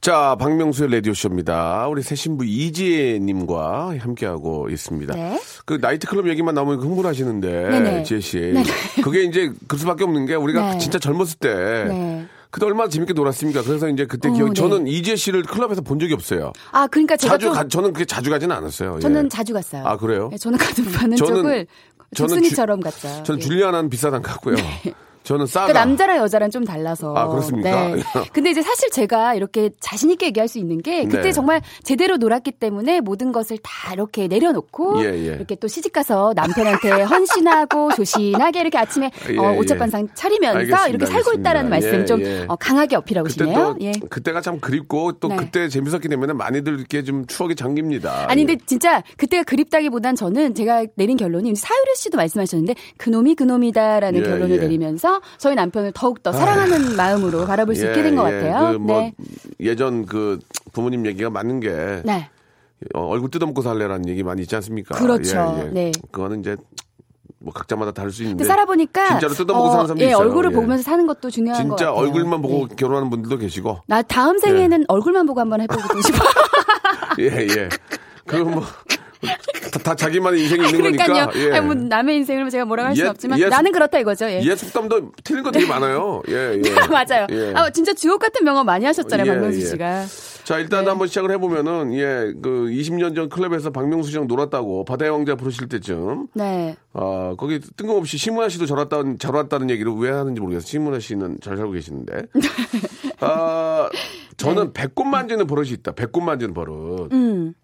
Speaker 1: 자, 박명수의 라디오쇼입니다. 우리 새 신부 이지혜님과 함께하고 있습니다.
Speaker 3: 네.
Speaker 1: 그 나이트클럽 얘기만 나오면 흥분하시는데,
Speaker 3: 네네.
Speaker 1: 지혜씨.
Speaker 3: 네네.
Speaker 1: 그게 이제 그럴 수밖에 없는 게 우리가
Speaker 3: 네.
Speaker 1: 진짜 젊었을 때.
Speaker 3: 네.
Speaker 1: 그때 얼마나 재밌게 놀았습니까? 그래서 이제 그때
Speaker 3: 어,
Speaker 1: 기억이,
Speaker 3: 네.
Speaker 1: 저는 이지혜 씨를 클럽에서 본 적이 없어요.
Speaker 3: 아, 그러니까 제가
Speaker 1: 자주,
Speaker 3: 좀,
Speaker 1: 가, 저는 그렇게 자주 가진 않았어요. 예.
Speaker 3: 저는 자주 갔어요.
Speaker 1: 아, 그래요?
Speaker 3: 예, 저는 가는 바는
Speaker 1: 저는-
Speaker 3: 쪽을
Speaker 1: 저는
Speaker 3: 적순이처럼
Speaker 1: 주-
Speaker 3: 갔죠.
Speaker 1: 저는
Speaker 3: 예.
Speaker 1: 줄리아나는 비싸단 갔고요. 저는 싸다.
Speaker 3: 그 남자랑 여자랑 좀 달라서.
Speaker 1: 아, 그렇습니까?
Speaker 3: 네. 근데 이제 사실 제가 이렇게 자신 있게 얘기할 수 있는 게 그때
Speaker 1: 네.
Speaker 3: 정말 제대로 놀았기 때문에 모든 것을 다 이렇게 내려놓고
Speaker 1: 예, 예.
Speaker 3: 이렇게 또 시집 가서 남편한테 헌신하고 조신하게 이렇게 아침에
Speaker 1: 예,
Speaker 3: 어,
Speaker 1: 예.
Speaker 3: 오척반상 차리면서
Speaker 1: 알겠습니다,
Speaker 3: 이렇게 살고
Speaker 1: 알겠습니다.
Speaker 3: 있다라는 말씀
Speaker 1: 예,
Speaker 3: 좀
Speaker 1: 예.
Speaker 3: 어, 강하게 어필하고
Speaker 1: 그때
Speaker 3: 싶네요.
Speaker 1: 또
Speaker 3: 예.
Speaker 1: 그때가 참 그립고 또
Speaker 3: 네.
Speaker 1: 그때 재밌었기 때문에 많이들 이렇게 좀 추억이 잠깁니다.
Speaker 3: 아니 근데
Speaker 1: 예.
Speaker 3: 진짜 그때가 그립다기보단 저는 제가 내린 결론이 사유리 씨도 말씀하셨는데 그놈이 그놈이다라는
Speaker 1: 예,
Speaker 3: 결론을
Speaker 1: 예. 아.
Speaker 3: 내리면서 저희 남편을 더욱더 사랑하는 마음으로 바라볼 수
Speaker 1: 예,
Speaker 3: 있게 된 것
Speaker 1: 예.
Speaker 3: 같아요.
Speaker 1: 그 뭐
Speaker 3: 네.
Speaker 1: 예전 그 부모님 얘기가 맞는 게
Speaker 3: 네.
Speaker 1: 어, 얼굴 뜯어먹고 살래라는 얘기 많이 있지 않습니까? 예,
Speaker 3: 그렇죠. 네.
Speaker 1: 그거는 이제 뭐 각자마다 다를 수 있는데
Speaker 3: 근데 살아보니까
Speaker 1: 진짜로 뜯어먹고 사는 사람도
Speaker 3: 예,
Speaker 1: 있어요.
Speaker 3: 얼굴을
Speaker 1: 예.
Speaker 3: 보면서 사는 것도 중요한 것
Speaker 1: 진짜
Speaker 3: 같아요.
Speaker 1: 얼굴만 보고 예.
Speaker 3: 네.
Speaker 1: 결혼하는 분들도 계시고
Speaker 3: 나 다음 생에는 얼굴만 보고 한번 해보고 싶어. 아,
Speaker 1: 예 예. 그건 뭐. 다, 다 자기만의 인생이 있는
Speaker 3: 그러니까요.
Speaker 1: 거니까. 예.
Speaker 3: 아니, 뭐 남의 인생을 제가 뭐라고 할
Speaker 1: 예,
Speaker 3: 수는 없지만
Speaker 1: 예,
Speaker 3: 나는 그렇다 이거죠. 예.
Speaker 1: 예 속담도 틀린 거 되게 많아요. 예, 예.
Speaker 3: 맞아요.
Speaker 1: 예.
Speaker 3: 아 진짜 주옥 같은 명언 많이 하셨잖아요,
Speaker 1: 예,
Speaker 3: 박명수
Speaker 1: 예.
Speaker 3: 씨가.
Speaker 1: 자,
Speaker 3: 네.
Speaker 1: 일단 한번 시작을 해보면은, 예, 그 20년 전 클럽에서 박명수 씨랑 놀았다고 바다의 왕자 부르실 때쯤,
Speaker 3: 네.
Speaker 1: 아, 거기 뜬금없이 신문아 씨도 잘 왔다는, 잘 왔다는 얘기를 왜 하는지 모르겠어요. 신문아 씨는 잘 살고 계시는데. 아, 저는 배꼽 만지는 버릇이 있다. 배꼽 만지는 버릇.
Speaker 3: 네. 음.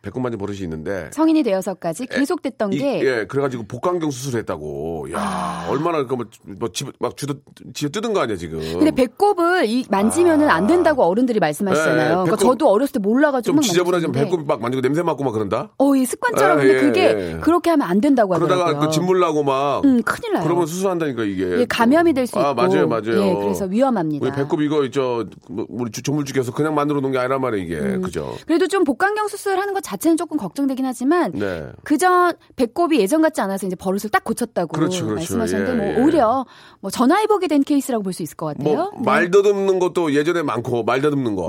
Speaker 1: 배꼽 만지는 버릇이 있는데.
Speaker 3: 성인이 되어서까지 계속됐던
Speaker 1: 예. 이-
Speaker 3: 게 아.
Speaker 1: 예, 그래가지고 복강경 수술했다고. 야, 얼마나 그뭐집막 주도 지 뜯은 거 아니야 지금.
Speaker 3: 근데 배꼽을 이 만지면은 안 된다고 어른들이 말씀하시잖아요.
Speaker 1: 예,
Speaker 3: 그러니까
Speaker 1: 아. 배꼽-
Speaker 3: 저도 어렸을 때 몰라가지고
Speaker 1: 좀
Speaker 3: 막
Speaker 1: 지저분하지만
Speaker 3: 만졌는데
Speaker 1: 배꼽 막 만지고 냄새 맡고 막 그런다.
Speaker 3: 어, 이 습관처럼
Speaker 1: 아,
Speaker 3: 근데
Speaker 1: 예,
Speaker 3: 그게
Speaker 1: 예.
Speaker 3: 그렇게 하면 안 된다고 하더라고요.
Speaker 1: 그러다가 그 진물 나고 막
Speaker 3: 음, 큰일 나요.
Speaker 1: 그러면 수술한다니까 이게.
Speaker 3: 예, 감염이 될 수
Speaker 1: 아,
Speaker 3: 있고.
Speaker 1: 맞아요, 맞아요.
Speaker 3: 예, 그래서 위험합니다.
Speaker 1: 우리 배꼽 이거 저 뭐, 우리 주- 조물주께서 그냥 만들어 놓은 게 아니란 말이에요 이게.
Speaker 3: 음.
Speaker 1: 그죠?
Speaker 3: 그래도 좀 복강경 수술하는 것 자체는 조금 걱정되긴 하지만
Speaker 1: 네.
Speaker 3: 그전 배꼽이 예전 같지 않아서 이제 버릇을 딱 고쳤다고
Speaker 1: 그렇죠, 그렇죠.
Speaker 3: 말씀하셨는데
Speaker 1: 예,
Speaker 3: 뭐
Speaker 1: 예.
Speaker 3: 오히려 뭐 전화위복이 된 케이스라고 볼 수 있을 것 같아요.
Speaker 1: 뭐
Speaker 3: 네.
Speaker 1: 말 더듬는 것도 예전에 많고 말 더듬는 거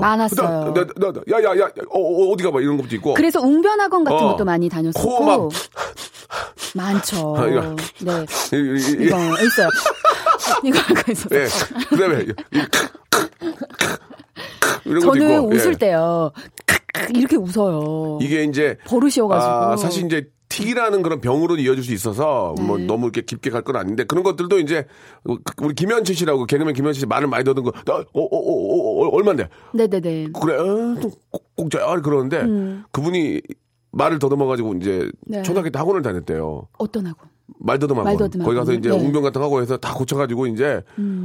Speaker 1: 나-
Speaker 3: 많았어요.
Speaker 1: 나- 나- 야, 야, 야, 어, 어, 어디 가봐 이런 것도 있고.
Speaker 3: 그래서 웅변학원 같은
Speaker 1: 어.
Speaker 3: 것도 많이 다녔었고
Speaker 1: 코 막-
Speaker 3: 많죠.
Speaker 1: 아, 이거.
Speaker 3: 네,
Speaker 1: 이- 이- 이-
Speaker 3: 이거 있어요. 이거 하고 있었어요.
Speaker 1: 예. 그다음에 이 이런 것도
Speaker 3: 저는
Speaker 1: 있고.
Speaker 3: 웃을
Speaker 1: 예.
Speaker 3: 때요 이렇게 웃어요.
Speaker 1: 이게 이제
Speaker 3: 버릇이어가지고
Speaker 1: 아, 사실 이제 틱이라는 그런 병으로 이어질 수 있어서 뭐
Speaker 3: 네.
Speaker 1: 너무 이렇게 깊게 갈 건 아닌데 그런 것들도 이제 그, 우리 김현철 씨라고 개그맨 김현철 씨 말을 많이 더는 거. 나, 어, 어, 어, 어, 어, 얼마인데?
Speaker 3: 네네네.
Speaker 1: 그래, 예. 어, 좀 꼭- 공짜야 그러는데 그분이 말을 더듬어가지고 이제
Speaker 3: 음. 네.
Speaker 1: 초등학교 때 학원을 다녔대요.
Speaker 3: 어떤 학원?
Speaker 1: 말 더듬하고
Speaker 3: 말 더듬
Speaker 1: 거기 가서
Speaker 3: 학원.
Speaker 1: 이제
Speaker 3: 네. 음.
Speaker 1: 웅변 같은 거 하고 해서 다 고쳐가지고 이제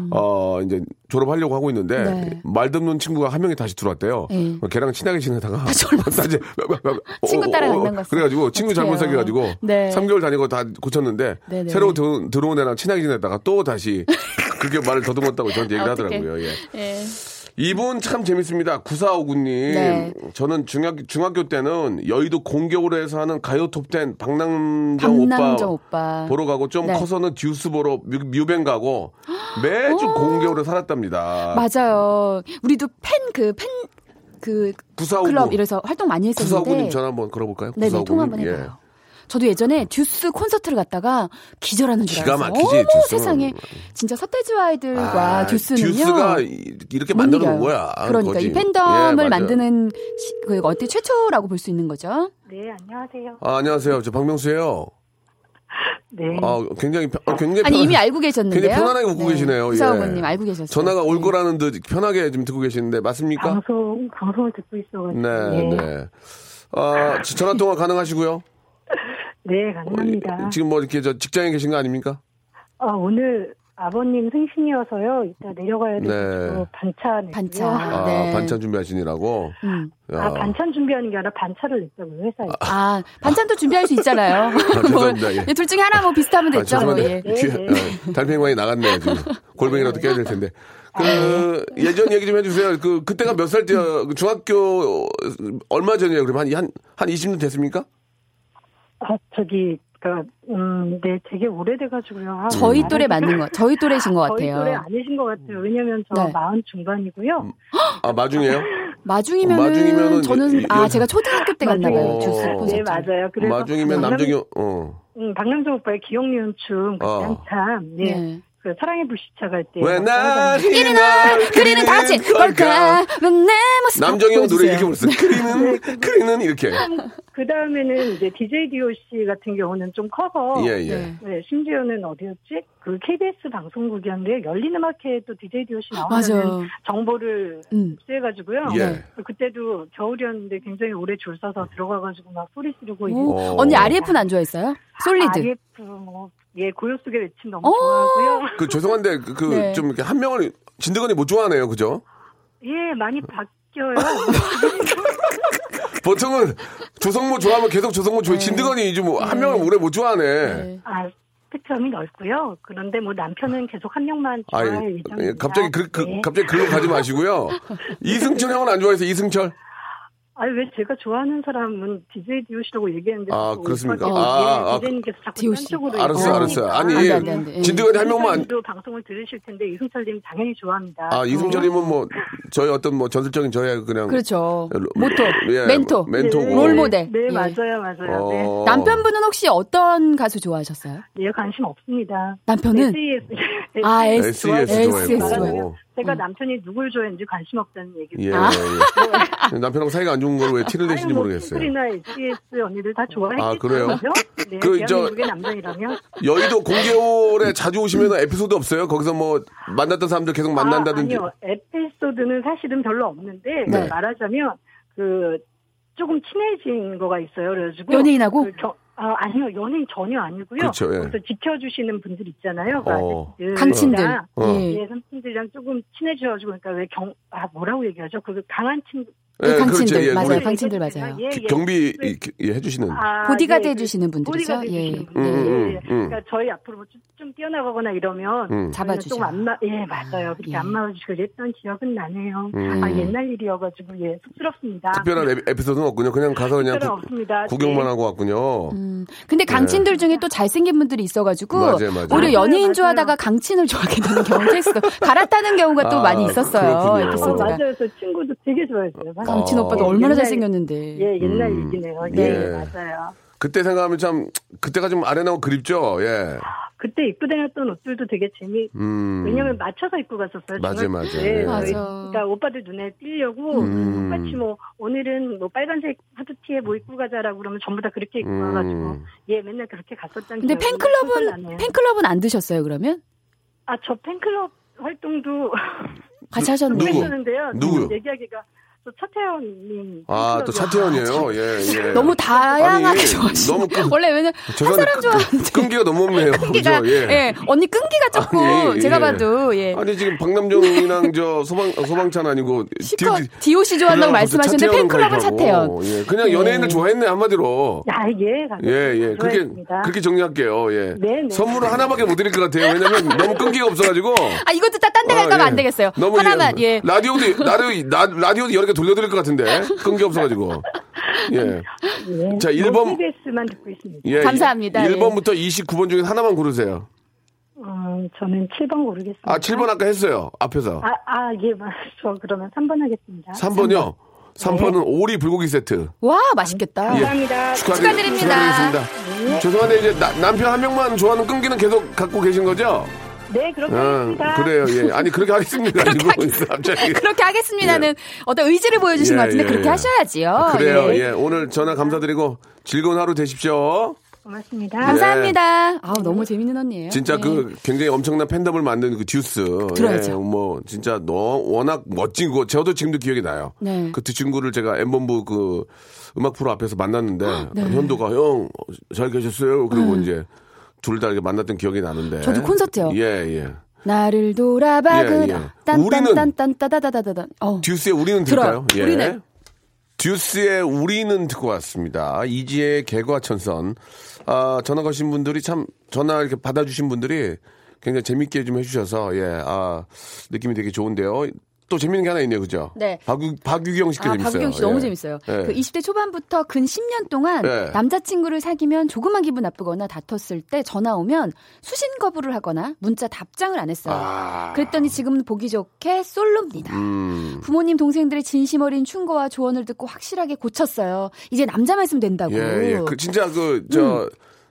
Speaker 1: 어 이제 졸업하려고 하고 있는데
Speaker 3: 네.
Speaker 1: 말 듣는 친구가 한 명이 다시 들어왔대요.
Speaker 3: 네.
Speaker 1: 어, 걔랑 친하게 지내다가
Speaker 3: 다시 올라왔어.
Speaker 1: 다시
Speaker 3: 아, 친구 따라간다는 거였어.
Speaker 1: 그래가지고 친구 잘못
Speaker 3: 어떡해요.
Speaker 1: 사귀어가지고
Speaker 3: 네.
Speaker 1: 3개월 다니고 다 고쳤는데
Speaker 3: 네, 네.
Speaker 1: 새로 들- 들어온 애랑 친하게 지내다가 또 다시 그렇게 말을 더듬었다고 저한테 얘기를
Speaker 3: 아, 어떡해.
Speaker 1: 하더라고요. 예.
Speaker 3: 예.
Speaker 1: 이분 참 재밌습니다. 9459님.
Speaker 3: 네.
Speaker 1: 저는 중학교, 중학교 때는 여의도 공교로 해서 하는 가요 톱텐 박남정 오빠,
Speaker 3: 박남정 오빠.
Speaker 1: 보러 가고 좀
Speaker 3: 네.
Speaker 1: 커서는 듀스 보러 뮤, 뮤뱅 가고 매주 공교로 살았답니다.
Speaker 3: 맞아요. 우리도 팬 그 팬 그
Speaker 1: 9459.
Speaker 3: 클럽 이래서 활동 많이 했었는데.
Speaker 1: 9459님 전화 한번 걸어볼까요?
Speaker 3: 네네
Speaker 1: 9459
Speaker 3: 통화
Speaker 1: 님.
Speaker 3: 한번
Speaker 1: 예.
Speaker 3: 해봐요. 저도 예전에 듀스 콘서트를 갔다가 기절하는 줄
Speaker 1: 기가
Speaker 3: 알았어요.
Speaker 1: 막히지,
Speaker 3: 어머
Speaker 1: 듀스는.
Speaker 3: 세상에 진짜 서태지와 아이들과
Speaker 1: 아,
Speaker 3: 듀스는요.
Speaker 1: 듀스가 이- 이렇게
Speaker 3: 못
Speaker 1: 만들어
Speaker 3: 이겨요.
Speaker 1: 놓은 거야.
Speaker 3: 그러니까
Speaker 1: 거지.
Speaker 3: 이 팬덤을
Speaker 1: 예, 맞아요.
Speaker 3: 만드는 시, 그 어때 최초라고 볼 수 있는 거죠.
Speaker 4: 네, 안녕하세요.
Speaker 1: 아, 안녕하세요. 저 박명수예요.
Speaker 4: 네.
Speaker 1: 아, 굉장히 편- 아, 굉장히
Speaker 3: 아니
Speaker 1: 편한-
Speaker 3: 이미 알고 계셨는데요.
Speaker 1: 굉장히 편안하게 웃고 계시네요. 예.
Speaker 3: 사오님 알고 계셨어요.
Speaker 1: 전화가 올
Speaker 3: 네. 아,
Speaker 1: 거라는 듯 편하게 지금 듣고 계시는데 맞습니까?
Speaker 4: 방송 방송을 듣고 있어가지고
Speaker 1: 네,
Speaker 3: 예.
Speaker 4: 네,
Speaker 1: 네. 아, 지- 전화 통화 가능하시고요.
Speaker 4: 네, 가능합니다.
Speaker 1: 지금 뭐 이렇게 저 직장에 계신 거 아닙니까?
Speaker 4: 아, 오늘 아버님 생신이어서요. 이따 내려가야
Speaker 1: 네.
Speaker 4: 돼서 반찬
Speaker 3: 반찬.
Speaker 1: 아,
Speaker 3: 네.
Speaker 1: 반찬 준비하시느라고.
Speaker 3: 음.
Speaker 1: 야.
Speaker 4: 아 반찬 준비하는 게 아니라 반차를 냈다고요 회사에.
Speaker 3: 아 반찬도 준비할 수 있잖아요.
Speaker 1: 죄송합니다. 예.
Speaker 3: 예, 둘 중에 하나 뭐 비슷하면
Speaker 1: 아,
Speaker 3: 됐죠. 뭐, 예.
Speaker 1: 죄송한데 귀-
Speaker 4: 네,
Speaker 1: 어, 달팽이관이 나갔네요 지금. 골뱅이라도 깨야 될 텐데.
Speaker 3: 아,
Speaker 1: 그 예전 얘기 좀 해주세요. 그 그때가 몇 살 때요? 그 중학교 얼마 전이에요? 그럼 한한한 20년 됐습니까?
Speaker 4: 아 저기 그러니까 음네 되게 오래돼가지고요. 아,
Speaker 3: 저희
Speaker 4: 음.
Speaker 3: 또래 맞는 거, 저희 또래신 것
Speaker 4: 저희 또래
Speaker 3: 같아요.
Speaker 4: 아니신 것
Speaker 1: 음.
Speaker 4: 같아요. 왜냐면 저
Speaker 3: 네.
Speaker 4: 마흔 중반이고요.
Speaker 1: 아 마중이에요?
Speaker 3: 마중이면은,
Speaker 1: 어, 마중이면은
Speaker 3: 저는
Speaker 1: 여-
Speaker 3: 아 제가 초등학교 때 갔나 봐요.
Speaker 1: 어. 음,
Speaker 3: 주스 콘서트.
Speaker 4: 네 맞아요. 그래서 음,
Speaker 1: 마중이면
Speaker 4: 박남-
Speaker 1: 남중이 어.
Speaker 4: 음, 박남정 오빠의 기억니은 춤
Speaker 1: 어.
Speaker 4: 그한참 네.
Speaker 3: 네.
Speaker 4: 그 사랑의 불시착할
Speaker 3: 예,
Speaker 4: 때.
Speaker 1: 왜날
Speaker 3: 이리 날 그리는 다진 걸까? 내 모습
Speaker 1: 그러니까 남정형 노래
Speaker 3: 보여주세요.
Speaker 1: 이렇게 불렀어요. 그리는 그리는 이렇게.
Speaker 4: 그 다음에는 이제 DJ DOC 같은 경우는 좀 커서
Speaker 1: 예 예.
Speaker 3: 네.
Speaker 4: 네, 심지어는 어디였지? 그 KBS 방송국이었는데 열린 음악회에 또 DJ DOC
Speaker 3: 맞아요. 네.
Speaker 4: 나오는 정보를
Speaker 3: 음.
Speaker 4: 입수해가지고요.
Speaker 1: 예. 음.
Speaker 4: 그때도 겨울이었는데 굉장히 오래 줄 서서 들어가가지고 막 소리 지르고 뭐 이제
Speaker 3: 오,
Speaker 1: 오.
Speaker 3: 언니 RF는 안 좋아했어요? 솔리드.
Speaker 4: IF 뭐예 고요 속의 외침 너무
Speaker 3: 오.
Speaker 4: 좋아하고요.
Speaker 1: 그 죄송한데 그 좀
Speaker 3: 네.
Speaker 1: 이렇게 한 명을 진드건이 못 좋아하네요, 그죠?
Speaker 4: 예 많이 바뀌어요.
Speaker 1: 보통은 조성모 좋아하면 계속 조성모 좋아. 진드건이 이제 뭐 한 명을 오래 못 좋아하네.
Speaker 3: 네.
Speaker 4: 아 스펙트럼이 넓고요. 그런데 뭐 남편은 계속 한 명만
Speaker 1: 아니,
Speaker 4: 좋아할
Speaker 1: 예,
Speaker 4: 예정입니다.
Speaker 1: 갑자기 그, 그
Speaker 4: 네.
Speaker 1: 갑자기 글로 가지 마시고요. 이승철 형은 안 좋아해서 이승철.
Speaker 4: 아니 왜 제가 좋아하는 사람은 DJ DOC라고 얘기했는데
Speaker 1: 아,
Speaker 4: 자꾸
Speaker 1: 그렇습니까?
Speaker 4: 오빠가
Speaker 1: 아, 아,
Speaker 4: 예, DJ님께서 자꾸
Speaker 3: DOC.
Speaker 4: 딴쪽으로
Speaker 1: 알았어,
Speaker 4: 얘기하니까.
Speaker 1: 알았어.
Speaker 3: 안 돼,
Speaker 1: 아니, 네,
Speaker 3: 안 돼, 안 돼. 예.
Speaker 1: 진드건이 한 명만 안-
Speaker 4: 이승철님도 방송을 들으실 텐데 이승철님 당연히 좋아합니다.
Speaker 1: 아,
Speaker 4: 어.
Speaker 1: 이승철님은 뭐 저희 어떤 뭐 전술적인 저의 그냥
Speaker 3: 그렇죠.
Speaker 1: 로-
Speaker 3: 모토,
Speaker 1: 예,
Speaker 3: 멘토.
Speaker 1: 멘토고.
Speaker 4: 네,
Speaker 3: 롤모델.
Speaker 4: 네,
Speaker 3: 예.
Speaker 4: 맞아요, 맞아요. 네.
Speaker 1: 어.
Speaker 3: 남편분은 혹시 어떤 가수 좋아하셨어요?
Speaker 4: 예, 관심 없습니다. E
Speaker 3: 남편은
Speaker 4: SES.
Speaker 3: 아, S.
Speaker 1: S E S
Speaker 3: S.E.S.
Speaker 1: 좋아했고.
Speaker 4: 좋아하고요. 제가 남편이 누굴 좋아했는지 관심 없다는
Speaker 1: 예,
Speaker 4: 얘기를.
Speaker 1: 예.
Speaker 3: 아.
Speaker 1: 남편하고 사이가 안 좋은 걸 왜 티를 내시는지
Speaker 4: 뭐
Speaker 1: 모르겠어요.
Speaker 4: 나 SES 언니들 다 좋아했겠죠.
Speaker 1: 아, 그래요?
Speaker 4: 네,
Speaker 1: 그, 저-
Speaker 4: 대한민국의 남성이라면.
Speaker 1: 여의도 공개홀에 자주 오시면 에피소드 없어요? 거기서 뭐 만났던 사람들 계속 만난다든지.
Speaker 4: 아, 아니요. 에피소드는 사실은 별로 없는데
Speaker 1: 네.
Speaker 4: 말하자면 그 조금 친해진 거가 있어요. 그래가지고
Speaker 3: 연예인하고
Speaker 4: 그 겨- 아, 아니요. 연예인 전혀 아니고요.
Speaker 1: 그렇죠, 예.
Speaker 4: 거기서 지켜주시는 분들 있잖아요. 그
Speaker 1: 어.
Speaker 4: 아저씨들.
Speaker 3: 강친들.
Speaker 1: 어.
Speaker 3: 예.
Speaker 4: 예, 삼촌들이랑 조금 친해져가지고 그러니까 왜 경, 아 뭐라고 얘기하죠? 그 강한 친구.
Speaker 1: 예,
Speaker 3: 그 강친들,
Speaker 1: 그렇죠. 예,
Speaker 3: 맞아요.
Speaker 1: 우리
Speaker 3: 강친들
Speaker 4: 얘기해도 되나?
Speaker 3: 맞아요.
Speaker 4: 예, 예.
Speaker 1: 경비 이- 예, 해주시는.
Speaker 4: 아,
Speaker 3: 보디가드
Speaker 4: 예,
Speaker 3: 해주시는
Speaker 4: 그
Speaker 3: 분들이죠.
Speaker 4: 보디가드
Speaker 3: 예.
Speaker 4: 해주시는
Speaker 1: 음,
Speaker 4: 분들.
Speaker 1: 음,
Speaker 4: 예.
Speaker 1: 음.
Speaker 4: 그러니까 저희 앞으로 뭐 좀, 좀 뛰어나가거나 이러면
Speaker 1: 음.
Speaker 3: 잡아주죠.
Speaker 4: 좀안 마, 예 맞아요. 그렇게
Speaker 3: 예.
Speaker 4: 안 맞으시고 했던 기억은 나네요.
Speaker 1: 음.
Speaker 4: 아 옛날 일이어가지고 예 쑥스럽습니다.
Speaker 1: 특별한 에피- 에피소드는 없군요. 그냥 가서 그냥
Speaker 4: 특별한
Speaker 1: 구-
Speaker 4: 없습니다.
Speaker 1: 구경만
Speaker 4: 네.
Speaker 1: 하고 왔군요.
Speaker 3: 음, 그 근데 강친들 중에 또 잘생긴 분들이 있어가지고
Speaker 1: 예. 맞아요, 맞아요.
Speaker 3: 오히려 연예인
Speaker 4: 맞아요.
Speaker 3: 좋아하다가 강친을 좋아하게 되는 경우도 있어. 갈아타는 경우가 또
Speaker 1: 아,
Speaker 3: 많이 있었어요.
Speaker 1: 그렇군요.
Speaker 4: 어,
Speaker 3: 에피소드가.
Speaker 4: 맞아요. 저 친구도 되게 좋아했어요. 사실.
Speaker 3: 강친
Speaker 1: 아.
Speaker 3: 오빠도 얼마나
Speaker 4: 옛날에-
Speaker 3: 잘생겼는데.
Speaker 4: 예 옛날
Speaker 1: 음.
Speaker 4: 일이네요. 예,
Speaker 1: 예.
Speaker 4: 맞아요.
Speaker 1: 그때 생각하면 참 그때가 좀 아련하고 그립죠. 예.
Speaker 4: 그때 입고 다녔던 옷들도 되게 재미.
Speaker 1: 음.
Speaker 4: 왜냐면 맞춰서 입고 갔었어요.
Speaker 1: 맞아요,
Speaker 4: 정말.
Speaker 1: 맞아요.
Speaker 4: 예,
Speaker 1: 예.
Speaker 3: 맞아.
Speaker 4: 그러니까 오빠들 눈에 띄려고
Speaker 1: 음.
Speaker 4: 똑같이 뭐 오늘은 뭐 빨간색 하드티에 뭐 입고 가자라고 그러면 전부 다 그렇게 입고
Speaker 1: 음.
Speaker 4: 와가지고 예 맨날 그렇게 갔었던.
Speaker 3: 근데
Speaker 4: 기억이
Speaker 3: 팬클럽은
Speaker 4: 나네요.
Speaker 3: 팬클럽은 안 드셨어요 그러면?
Speaker 4: 아, 저 팬클럽 활동도
Speaker 3: 같이 하셨는데.
Speaker 1: 누구?
Speaker 4: 했었는데요.
Speaker 1: 누구요?
Speaker 4: 얘기하기가 저 차태현님.
Speaker 1: 아, 또 차태현이에요. 예, 예.
Speaker 3: 너무 다양하게
Speaker 1: 아니,
Speaker 3: 좋아하시는
Speaker 1: 너무 그, 끈-
Speaker 3: 원래 왜냐 한
Speaker 1: 죄송한데
Speaker 3: 사람 좋아하는데
Speaker 1: 끈, 기가 너무 없네요.
Speaker 3: 끈기가
Speaker 1: 그죠?
Speaker 3: 예.
Speaker 1: 예.
Speaker 3: 언니 끈기가 조금
Speaker 1: 아니, 예,
Speaker 3: 제가
Speaker 1: 예.
Speaker 3: 봐도 예
Speaker 1: 아니 지금 박남정이랑 저 소방 어, 소방차는 아니고
Speaker 3: 실컷
Speaker 1: 디- 디-
Speaker 3: 디오씨
Speaker 1: 그냥
Speaker 3: 좋아한다고 말씀하셨는데
Speaker 1: 차태현은
Speaker 3: 팬클럽은
Speaker 1: 가입하고.
Speaker 3: 차태현
Speaker 1: 예, 그냥 연예인을
Speaker 3: 예.
Speaker 1: 좋아했네 한마디로.
Speaker 4: 아, 예, 가서
Speaker 1: 예, 예. 그렇게
Speaker 4: 좋아했습니다.
Speaker 1: 그렇게 정리할게요. 예.
Speaker 4: 네, 네.
Speaker 1: 선물을 하나밖에 못 드릴 것 같아요. 왜냐면 너무 끈기가 없어가지고.
Speaker 3: 아 이것도 다 딴 데 갈까봐
Speaker 1: 아, 예.
Speaker 3: 안 되겠어요
Speaker 1: 너무
Speaker 3: 하나만
Speaker 1: 예.
Speaker 3: 예
Speaker 1: 라디오도 라디오 라, 라디오도 여러 개 돌려드릴 것 같은데 끈기 없어가지고. 예.
Speaker 4: 예.
Speaker 1: 자, 일 번-
Speaker 4: KBS만 듣고 있습니다.
Speaker 1: 예.
Speaker 3: 감사합니다.
Speaker 1: 1번부터 29번 중에 하나만 고르세요.
Speaker 4: 음, 저는 7번 고르겠습니다.
Speaker 1: 아, 7번 아까 했어요. 앞에서.
Speaker 4: 아, 아, 예, 맞- 저 그러면 3번 하겠습니다.
Speaker 1: 3번이요. 3번은
Speaker 4: 네.
Speaker 1: 오리 불고기 세트.
Speaker 3: 와 맛있겠다
Speaker 4: 감사합니다.
Speaker 1: 예. 축하드리,
Speaker 3: 축하드립니다.
Speaker 4: 네.
Speaker 1: 축하드리겠습니다. 죄송한데 이제 나- 남편 한 명만 좋아하는 끈기는 계속 갖고 계신 거죠?
Speaker 4: 네, 그렇게
Speaker 1: 아,
Speaker 4: 하겠습니다.
Speaker 1: 그래요. 예. 아니 그렇게 하겠습니다. 아니고 갑자기.
Speaker 3: 그렇게 하겠습니다는 어떤 의지를 보여주신
Speaker 1: 예,
Speaker 3: 것 같은데
Speaker 1: 예,
Speaker 3: 그렇게
Speaker 1: 예.
Speaker 3: 하셔야지요
Speaker 1: 그래요.
Speaker 3: 예.
Speaker 1: 예. 오늘 전화 감사드리고 즐거운 하루 되십시오.
Speaker 4: 고맙습니다.
Speaker 1: 네.
Speaker 3: 감사합니다 아우 너무 재밌는 언니예요
Speaker 1: 진짜
Speaker 3: 예.
Speaker 1: 그 굉장히 엄청난 팬덤을 만든 그 듀스.
Speaker 3: 들어야죠.
Speaker 1: 예, 뭐 진짜 너 워낙 멋진 거. 저도 지금도 기억이 나요.
Speaker 3: 네.
Speaker 1: 그 두 친구를 제가 엠본부 그 음악 프로 앞에서
Speaker 3: 아,
Speaker 1: 만났는데
Speaker 3: 네.
Speaker 1: 현도가 형 잘 계셨어요. 그리고 이제 둘 다 이렇게 만났던 기억이 나는데.
Speaker 3: 저도 콘서트요.
Speaker 1: 예, 예.
Speaker 3: 나를 돌아봐
Speaker 1: 예,
Speaker 3: 그
Speaker 1: 예. 우리는-
Speaker 3: 딴딴딴딴따다다다다다 어.
Speaker 1: 듀스의 우리는 들을까요?
Speaker 3: 들어요.
Speaker 1: 예.
Speaker 3: 우리는.
Speaker 1: 듀스의 우리는 듣고 왔습니다. 이지의 개과천선. 아, 전화 거신 분들이 참, 전화 이렇게 받아주신 분들이 굉장히 재밌게 좀 해주셔서, 예, 아, 느낌이 되게 좋은데요. 또 재밌는 게 하나 있네요, 그죠?
Speaker 3: 네.
Speaker 1: 박유, 박유경 씨께
Speaker 3: 아,
Speaker 1: 재밌어요.
Speaker 3: 박우경 씨
Speaker 1: 예.
Speaker 3: 너무 재밌어요.
Speaker 1: 예.
Speaker 3: 그 20대 초반부터 근 10년 동안
Speaker 1: 예.
Speaker 3: 남자친구를 사귀면 조그만 기분 나쁘거나 다퉜을 때 전화 오면 수신 거부를 하거나 문자 답장을 안 했어요.
Speaker 1: 아.
Speaker 3: 그랬더니 지금 보기 좋게 솔로입니다.
Speaker 1: 음.
Speaker 3: 부모님 동생들의 진심 어린 충고와 조언을 듣고 확실하게 고쳤어요. 이제 남자만 있으면 된다고. 음.
Speaker 1: 예, 예. 그 진짜 그 저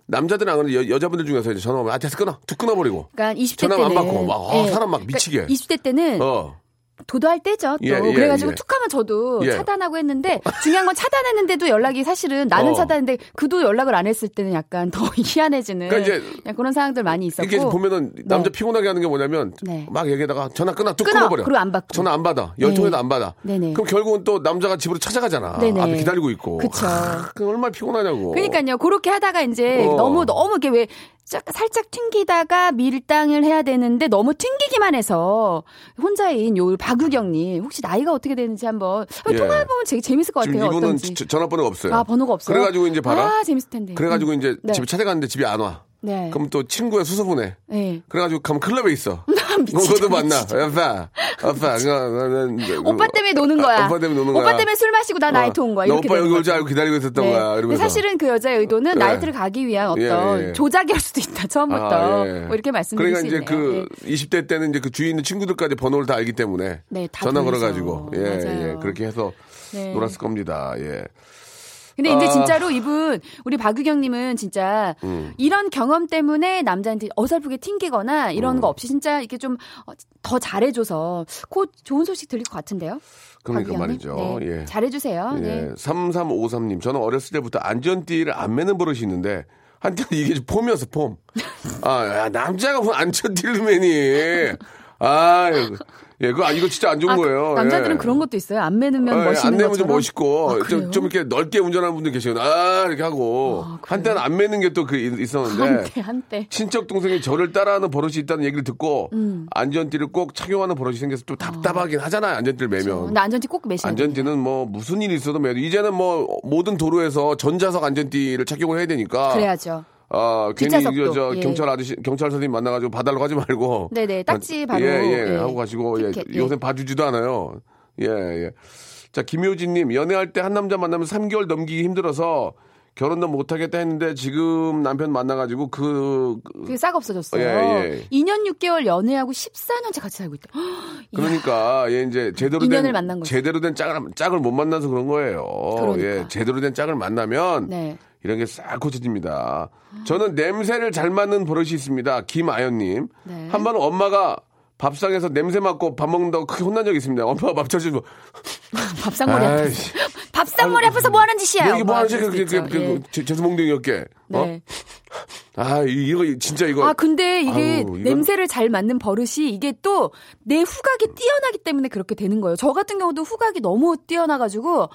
Speaker 1: 남자들은 안 그래도 여, 자분들 중에서 이제 전화 오면 아 됐어 끊어 툭 끊어버리고
Speaker 3: 그러니까 20대
Speaker 1: 전화
Speaker 3: 때는
Speaker 1: 안 받고 막, 아,
Speaker 3: 예.
Speaker 1: 사람 막 미치게.
Speaker 3: 그러니까 20대 때는
Speaker 1: 어
Speaker 3: 도도할 때죠. 또
Speaker 1: 예, 예,
Speaker 3: 그래가지고
Speaker 1: 예.
Speaker 3: 툭하면 저도
Speaker 1: 예.
Speaker 3: 차단하고 했는데 중요한 건 차단했는데도 연락이 사실은 나는
Speaker 1: 어.
Speaker 3: 차단했는데 그도 연락을 안 했을 때는 약간 더 희한해지는
Speaker 1: 그러니까 이제
Speaker 3: 그냥 그런 상황들 많이 있었고
Speaker 1: 이렇게 보면은 남자
Speaker 3: 네.
Speaker 1: 피곤하게 하는 게 뭐냐면
Speaker 3: 네.
Speaker 1: 막 얘기하다가 전화 끊어 툭
Speaker 3: 끊어!
Speaker 1: 끊어, 버려
Speaker 3: 그리고 안 받고.
Speaker 1: 전화 안 받아 열통에도 안 받아
Speaker 3: 네네.
Speaker 1: 그럼 결국은 또 남자가 집으로 찾아가잖아
Speaker 3: 네네.
Speaker 1: 앞에 기다리고 있고
Speaker 3: 그쵸.
Speaker 1: 아, 그럼 얼마나 피곤하냐고
Speaker 3: 그러니까요. 그렇게 하다가 이제
Speaker 1: 어.
Speaker 3: 너무 너무 이렇게 왜 짝- 살짝 튕기다가 밀당을 해야 되는데 너무 튕기기만 해서 혼자인 요 박유경님 혹시 나이가 어떻게 되는지 한번 한번
Speaker 1: 예.
Speaker 3: 통화해 보면 되게 재밌을 것
Speaker 1: 지금
Speaker 3: 같아요.
Speaker 1: 이분은
Speaker 3: 어떤지.
Speaker 1: 저- 전화번호가 없어요
Speaker 3: 아 번호가 없어요.
Speaker 1: 그래가지고 이제 봐라
Speaker 3: 아 재밌을 텐데.
Speaker 1: 그래가지고
Speaker 3: 음.
Speaker 1: 이제
Speaker 3: 네.
Speaker 1: 집에 찾아갔는데 집에 안 와
Speaker 3: 네.
Speaker 1: 그럼 또 친구의 수소문해
Speaker 3: 네. 아,
Speaker 1: 그래가지고 가면 클럽에 있어
Speaker 3: 음,
Speaker 1: 뭐 그럼
Speaker 3: 미치죠,
Speaker 1: 그것도 만나
Speaker 3: 미치죠.
Speaker 1: 아빠 아빠 어, 그거- 그거는 이제
Speaker 3: 오빠 때문에 노는 거야.
Speaker 1: 아, 오빠 때문에 노는 거야.
Speaker 3: 오빠 때문에 술 마시고 나
Speaker 1: 어,
Speaker 3: 나이트 온 거야.
Speaker 1: 나
Speaker 3: 이렇게
Speaker 1: 오빠
Speaker 3: 되는
Speaker 1: 여기 올 줄
Speaker 3: 거죠. 네.
Speaker 1: 알고 기다리고 있었던 거야.
Speaker 3: 근데
Speaker 1: 이러면서.
Speaker 3: 사실은 그 여자의 의도는
Speaker 1: 예.
Speaker 3: 나이트를 가기 위한 어떤
Speaker 1: 예, 예.
Speaker 3: 조작일 수도 있다. 처음부터
Speaker 1: 아, 예.
Speaker 3: 뭐 이렇게 말씀드릴
Speaker 1: 그러니까
Speaker 3: 수
Speaker 1: 이제
Speaker 3: 있네요.
Speaker 1: 그
Speaker 3: 예.
Speaker 1: 20대 때는 이제 그 주위에 있는 친구들까지 번호를 다 알기 때문에
Speaker 3: 네, 다
Speaker 1: 전화
Speaker 3: 보내서.
Speaker 1: 걸어가지고 예,
Speaker 3: 맞아요.
Speaker 1: 예 그렇게 해서
Speaker 3: 네.
Speaker 1: 놀았을 겁니다. 예.
Speaker 3: 근데 이제
Speaker 1: 아.
Speaker 3: 진짜로 이분 우리 박유경님은 진짜
Speaker 1: 음.
Speaker 3: 이런 경험 때문에 남자한테 어설프게 튕기거나
Speaker 1: 음.
Speaker 3: 이런 거 없이 진짜 이렇게 좀 어, 더 잘해줘서 곧 좋은 소식 들릴 것 같은데요.
Speaker 1: 그러니까
Speaker 3: 박유경님?
Speaker 1: 말이죠.
Speaker 3: 네.
Speaker 1: 예.
Speaker 3: 잘해주세요.
Speaker 1: 예.
Speaker 3: 네.
Speaker 1: 3353님 저는 어렸을 때부터 안전띠를 안 매는 버릇이 있는데 한때는 이게 폼이어서 폼. 아 야, 남자가 뭐 안전띠를 매니. 아 예, 그거 아, 이거 진짜 안 좋은
Speaker 3: 아, 그-
Speaker 1: 거예요.
Speaker 3: 남자들은
Speaker 1: 예.
Speaker 3: 그런 것도 있어요. 안 매는면
Speaker 1: 예,
Speaker 3: 멋있는
Speaker 1: 안 내면 좀
Speaker 3: 것처럼.
Speaker 1: 멋있고
Speaker 3: 아,
Speaker 1: 좀,
Speaker 3: 그래요?
Speaker 1: 좀 이렇게 넓게 운전하는 분들 계시거든요. 아 이렇게 하고
Speaker 3: 아, 그래요?
Speaker 1: 한때는 안 매는 게 또 그 있었는데
Speaker 3: 한때 한때.
Speaker 1: 친척 동생이 저를 따라하는 버릇이 있다는 얘기를 듣고
Speaker 3: 음.
Speaker 1: 안전띠를 꼭 착용하는 버릇이 생겨서 또 답답하긴 하잖아요. 안전띠를 매면
Speaker 3: 나 아. 그렇죠. 안전띠 꼭 매셔야 돼요.
Speaker 1: 안전띠는 뭐 무슨 일이 있어도 매도 이제는 뭐 모든 도로에서 전자석 안전띠를 착용을 해야 되니까
Speaker 3: 그래야죠.
Speaker 1: 아, 괜히
Speaker 3: 뒷좌석도,
Speaker 1: 이거 저
Speaker 3: 예.
Speaker 1: 경찰 아저씨, 경찰 선생님 만나가지고 봐달라고 하지 말고.
Speaker 3: 네네, 딱지 바로,
Speaker 1: 예, 예,
Speaker 3: 예.
Speaker 1: 하고 가시고, 예,
Speaker 3: 티켓, 예.
Speaker 1: 요새 봐주지도 않아요. 예, 예. 자, 김효진님, 연애할 때 한 남자 만나면 3개월 넘기기 힘들어서 결혼도 못하겠다 했는데 지금 남편 만나가지고 그,
Speaker 3: 그게 싹 없어졌어요.
Speaker 1: 예, 예.
Speaker 3: 2년 6개월 연애하고 14년째 같이 살고 있다. 헉, 이야.
Speaker 1: 그러니까, 예, 이제 제대로 된,
Speaker 3: 인연을 만난 거죠.
Speaker 1: 제대로 된 짝을, 짝을 못 만나서 그런 거예요. 예,
Speaker 3: 그러니까.
Speaker 1: 제대로 된 짝을 만나면
Speaker 3: 네.
Speaker 1: 이런 게 싹 고쳐집니다. 저는 냄새를 잘 맡는 버릇이 있습니다. 김아연님.
Speaker 3: 네.
Speaker 1: 한 번은 엄마가 밥상에서 냄새 맡고 밥 먹는다고 크게 혼난 적이 있습니다. 엄마가 밥 차주고
Speaker 3: 밥상머리 앞에서.
Speaker 1: 아이씨.
Speaker 3: 밥상머리 앞에서 뭐 하는 짓이야.
Speaker 1: 너 이게 뭐 하는 짓이야?
Speaker 3: 그럴 수도
Speaker 1: 그렇게
Speaker 3: 있죠. 예.
Speaker 1: 죄송몽둥이였게. 어?
Speaker 3: 네.
Speaker 1: 아 이- 이거 진짜 이거.
Speaker 3: 아, 근데 이게
Speaker 1: 아유, 이건-
Speaker 3: 냄새를 잘 맡는 버릇이 이게 또 내 후각이 뛰어나기 때문에 그렇게 되는 거예요. 저 같은 경우도 후각이 너무 뛰어나가지고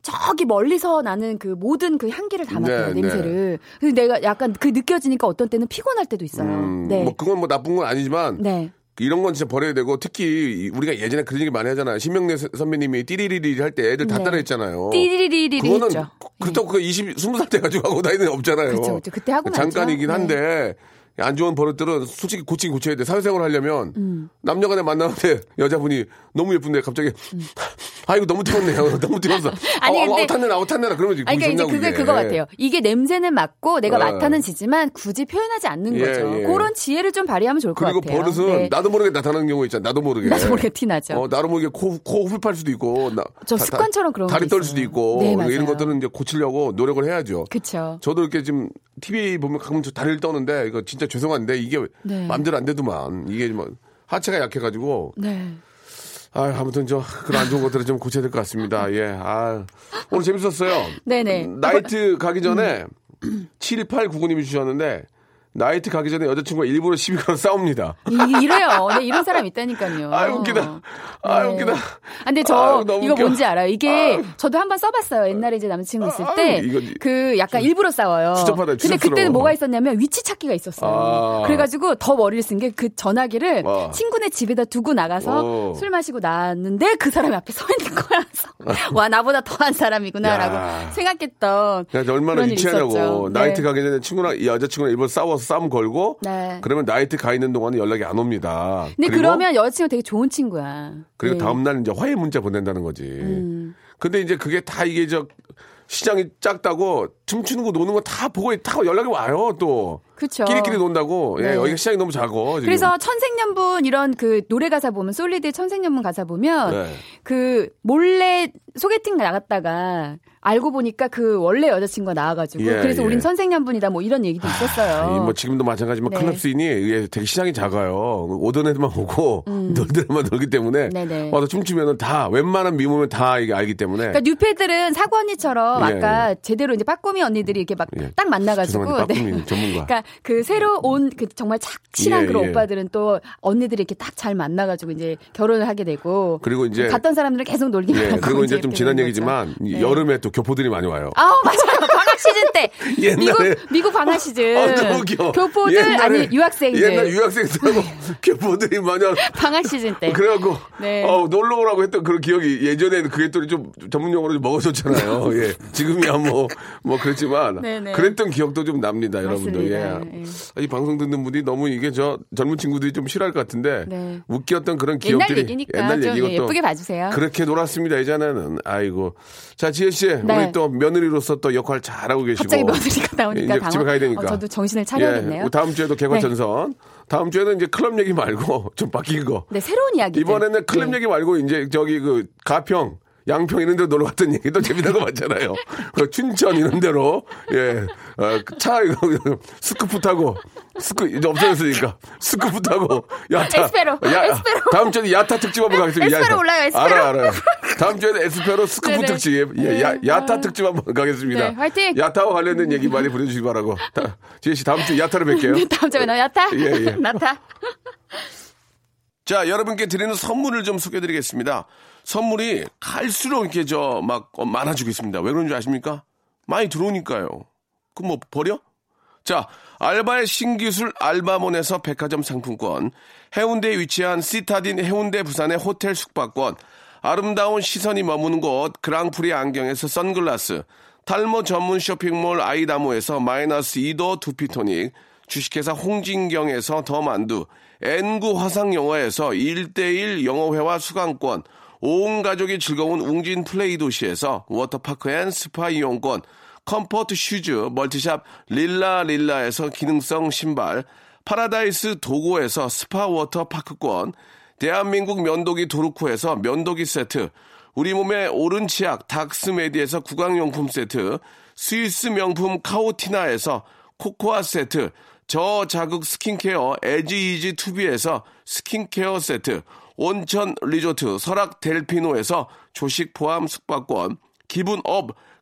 Speaker 3: 저기 멀리서 나는 그 모든 그 향기를 다 맡아요,
Speaker 1: 네, 네.
Speaker 3: 냄새를. 근데 내가 약간 그 느껴지니까 어떤 때는 피곤할 때도 있어요.
Speaker 1: 음,
Speaker 3: 네.
Speaker 1: 뭐 그건 뭐 나쁜 건 아니지만
Speaker 3: 네.
Speaker 1: 이런 건 진짜 버려야 되고 특히 이- 우리가 예전에 그런 얘기 많이 하잖아요. 신명래 서- 선배님이 띠리리리 할 때 애들 다
Speaker 3: 네.
Speaker 1: 따라했잖아요.
Speaker 3: 띠리리리리
Speaker 1: 그거는
Speaker 3: 했죠.
Speaker 1: 그- 그렇다고 그 20, 20살 때 가지고 하고 다니는 애 없잖아요.
Speaker 3: 그쵸, 그쵸. 그때 하고 말죠.
Speaker 1: 잠깐이긴
Speaker 3: 네.
Speaker 1: 한데 안 좋은 버릇들은 솔직히 고치긴 고쳐야 돼. 사회생활 하려면
Speaker 3: 음.
Speaker 1: 남녀간에 만나는데 여자분이 너무 예쁜데 갑자기 아 이거 너무 튀었네요. 너무 튀었어.
Speaker 3: 음. 아니,
Speaker 1: 아니, 아,
Speaker 3: 근데-
Speaker 1: 아, 탔네라, 아, 탔네라. 그러면 이제
Speaker 3: 아니,
Speaker 1: 기분
Speaker 3: 그러니까
Speaker 1: 좋냐고,
Speaker 3: 이제 그게
Speaker 1: 이게.
Speaker 3: 그거 같아요. 이게 냄새는 맡고 내가
Speaker 1: 어.
Speaker 3: 맡아는 지지만 굳이 표현하지 않는
Speaker 1: 예,
Speaker 3: 거죠.
Speaker 1: 예.
Speaker 3: 그런 지혜를 좀 발휘하면 좋을 것
Speaker 1: 그리고
Speaker 3: 같아요.
Speaker 1: 버릇은
Speaker 3: 네.
Speaker 1: 나도 모르게 나타나는 경우 있잖아. 나도 모르게.
Speaker 3: 나도 모르게 티 나죠.
Speaker 1: 어, 나도 모르게 코, 코 훌팔 수도 있고. 나-
Speaker 3: 저 습관처럼 그런
Speaker 1: 다리
Speaker 3: 게
Speaker 1: 떨
Speaker 3: 있어요.
Speaker 1: 수도 있고.
Speaker 3: 네,
Speaker 1: 이런
Speaker 3: 맞아요.
Speaker 1: 것들은 이제 고치려고 노력을 해야죠.
Speaker 3: 그쵸.
Speaker 1: 저도 이렇게 지금 TV 보면 가끔 저 다리를 떠는데 이거 진짜 죄송한데 이게
Speaker 3: 네.
Speaker 1: 맘대로 안 되더만 이게 뭐 하체가 약해가지고
Speaker 3: 네.
Speaker 1: 아 아무튼 저 그런 안 좋은 것들을 좀 고쳐야 될 것 같습니다. 예, 아 오늘 재밌었어요.
Speaker 3: 네네. 음.
Speaker 1: 나이트 가기 전에 7899님이 주셨는데 나이트 가기 전에 여자친구가 일부러 시비 걸어 싸웁니다.
Speaker 3: 이, 래요 네, 이런 사람 있다니까요.
Speaker 1: 아 웃기다. 아
Speaker 3: 네.
Speaker 1: 웃기다.
Speaker 3: 아, 근데 저
Speaker 1: 아유, 너무
Speaker 3: 이거
Speaker 1: 웃겨.
Speaker 3: 뭔지 알아요. 이게 저도 한번 써봤어요. 옛날에 이제 남친구 있을
Speaker 1: 아유, 이거
Speaker 3: 때 그 약간 일부러 싸워요.
Speaker 1: 추접하다,
Speaker 3: 근데 그때는
Speaker 1: 추접스러워.
Speaker 3: 뭐가 있었냐면 위치 찾기가 있었어요.
Speaker 1: 아.
Speaker 3: 그래가지고 더 머리를 쓴 게 그 전화기를
Speaker 1: 아.
Speaker 3: 친구네 집에다 두고 나가서
Speaker 1: 오.
Speaker 3: 술 마시고 나왔는데 그 사람이 앞에 서 있는 거야. 그래서 와 나보다 더한
Speaker 1: 야.
Speaker 3: 사람이구나라고 생각했던.
Speaker 1: 그러니까 얼마나
Speaker 3: 그런 일이
Speaker 1: 유치하냐고
Speaker 3: 있었죠.
Speaker 1: 나이트
Speaker 3: 네.
Speaker 1: 가기 전에 친구랑 여자친구랑 일부러 싸워서 싸움 걸고
Speaker 3: 네.
Speaker 1: 그러면 나이트 가 있는 동안은 연락이 안 옵니다.
Speaker 3: 근데
Speaker 1: 그리고
Speaker 3: 그러면 여자친구 되게 좋은 친구야.
Speaker 1: 그리고
Speaker 3: 네.
Speaker 1: 다음날 이제 화해 문자 보낸다는 거지.
Speaker 3: 음.
Speaker 1: 근데 이제 그게 다 이게 저 시장이 작다고 춤추는 거 노는 거 다 보고 다 연락이 와요 또.
Speaker 3: 그쵸.
Speaker 1: 끼리끼리 논다고. 예,
Speaker 3: 그렇죠. 네.
Speaker 1: 여기가 시장이 너무 작어. 지금.
Speaker 3: 그래서 천생연분 이런 그 노래 가사 보면 솔리드의 천생연분 가사 보면
Speaker 1: 네.
Speaker 3: 그 몰래 소개팅 나갔다가 알고 보니까 그 원래 여자친구가 나와가지고
Speaker 1: 예,
Speaker 3: 그래서
Speaker 1: 예.
Speaker 3: 우린 선생연분이다 뭐 이런 얘기도 있었어요.
Speaker 1: 이 뭐 지금도 마찬가지지만
Speaker 3: 네.
Speaker 1: 클럽씬이 예, 되게 시장이 작아요. 오던 애들만 오고 놀던 애만 놀기 때문에
Speaker 3: 음. 네네.
Speaker 1: 와서 춤추면은 다 웬만한 미모면 다 이게 알기 때문에
Speaker 3: 그러니까 뉴페들은 사고 언니처럼
Speaker 1: 예,
Speaker 3: 아까 제대로 이제 빠꼬미 언니들이 이렇게 막
Speaker 1: 예.
Speaker 3: 딱 만나가지고
Speaker 1: 죄송한데 빠꾸미 전문가.
Speaker 3: 그러니까 그 새로 온 그 정말 착실한
Speaker 1: 예,
Speaker 3: 그런
Speaker 1: 예.
Speaker 3: 오빠들은 또 언니들이 이렇게 딱 잘 만나가지고 이제 결혼을 하게 되고
Speaker 1: 그리고 이제-
Speaker 3: 갔던 사람들은 계속 놀기만
Speaker 1: 예,
Speaker 3: 하고
Speaker 1: 그리고 이제
Speaker 3: 이렇게
Speaker 1: 좀
Speaker 3: 되는
Speaker 1: 지난
Speaker 3: 거죠.
Speaker 1: 얘기지만 이
Speaker 3: 네.
Speaker 1: 여름에 또 교포들이 많이 와요.
Speaker 3: 아우 맞아요 방학 시즌 때
Speaker 1: 옛날에-
Speaker 3: 미국 미국 방학 시즌
Speaker 1: 아, 너무 귀여워.
Speaker 3: 네. 교포들
Speaker 1: 옛날에-
Speaker 3: 아니 유학생들 네.
Speaker 1: 옛날 유학생들하고 교포들이 많이 와서
Speaker 3: 방학 시즌 때
Speaker 1: 그래갖고
Speaker 3: 네.
Speaker 1: 어, 놀러 오라고 했던 그런 기억이 예전에는 그게 또 좀 전문 용어로 좀 먹었었잖아요. 예. 지금이야 뭐 뭐 그렇지만
Speaker 3: 네네.
Speaker 1: 그랬던 기억도 좀 납니다, 여러분들.
Speaker 3: 맞습니다.
Speaker 1: 예. 이 방송 듣는 분이 너무 이게 저 젊은 친구들이 좀 싫어할 것 같은데
Speaker 3: 네.
Speaker 1: 웃겼던 그런
Speaker 3: 옛날
Speaker 1: 기억들이
Speaker 3: 얘기니까 좀
Speaker 1: 얘기고
Speaker 3: 예,
Speaker 1: 또
Speaker 3: 예쁘게 봐주세요.
Speaker 1: 그렇게 놀았습니다. 예전에는 아이고 자 지혜 씨 우리 또 며느리로서 또 역할 잘하고 계시고
Speaker 3: 네. 갑자기 며느리가 나오니까
Speaker 1: 이제
Speaker 3: 당황-
Speaker 1: 집에 가야 되니까
Speaker 3: 어, 저도 정신을
Speaker 1: 예,
Speaker 3: 차려야겠네요.
Speaker 1: 우리 다음 주에도 개과천선 다음 주에는 이제 클럽 얘기 말고 좀 바뀐 거
Speaker 3: 네 새로운 네. 이야기
Speaker 1: 이번에는
Speaker 3: 예.
Speaker 1: 클럽 얘기 말고 이제 저기 그 가평 양평 이런 데 놀러 갔던 얘기도 재미나고 많잖아요. 그 춘천 이런 데로 예. 어, 그차 이거 스쿠프 타고 스쿠 이제 없어졌으니까 스쿠프 타고 야타
Speaker 3: 에스페로, 에스페로.
Speaker 1: 다음 주에 야타 특집 한번 가겠습니다.
Speaker 3: 에스페로 올라요, 에스페로.
Speaker 1: 알아 알아. 다음 주에는 에스페로 스쿠프
Speaker 3: 네네.
Speaker 1: 특집 예, 야, 야타 특집 한번 가겠습니다.
Speaker 3: 네, 화이팅!
Speaker 1: 야타와 관련된 얘기 많이 보내주시기 바라고 다, 지혜 씨 다음 주에 야타를 뵐게요.
Speaker 3: 네, 다음 주에 나 야타
Speaker 1: 예, 예.
Speaker 3: 나타
Speaker 1: 자, 여러분께 드리는 선물을 좀 소개해 드리겠습니다. 선물이 갈수록 이렇게 저 막 어, 많아지고 있습니다. 왜 그런지 아십니까? 많이 들어오니까요. 그럼 뭐 버려? 자, 알바의 신기술 알바몬에서 백화점 상품권, 해운대에 위치한 시타딘 해운대 부산의 호텔 숙박권, 아름다운 시선이 머무는 곳 그랑프리 안경에서 선글라스, 탈모 전문 쇼핑몰 아이다모에서 마이너스 2도 두피토닉, 주식회사 홍진경에서 더만두, N구 화상영어에서 1대1 영어회화 수강권, 온 가족이 즐거운 웅진 플레이 도시에서 워터파크 앤 스파 이용권, 컴포트 슈즈 멀티샵 릴라 릴라에서 기능성 신발, 파라다이스 도고에서 스파 워터 파크권, 대한민국 면도기 도르코에서 면도기 세트, 우리 몸의 오른 치약 닥스메디에서 구강용품 세트, 스위스 명품 카오티나에서 코코아 세트, 저자극 스킨케어 에지이지 투비에서 스킨케어 세트, 온천 리조트 설악 델피노에서 조식 포함 숙박권, 기분 업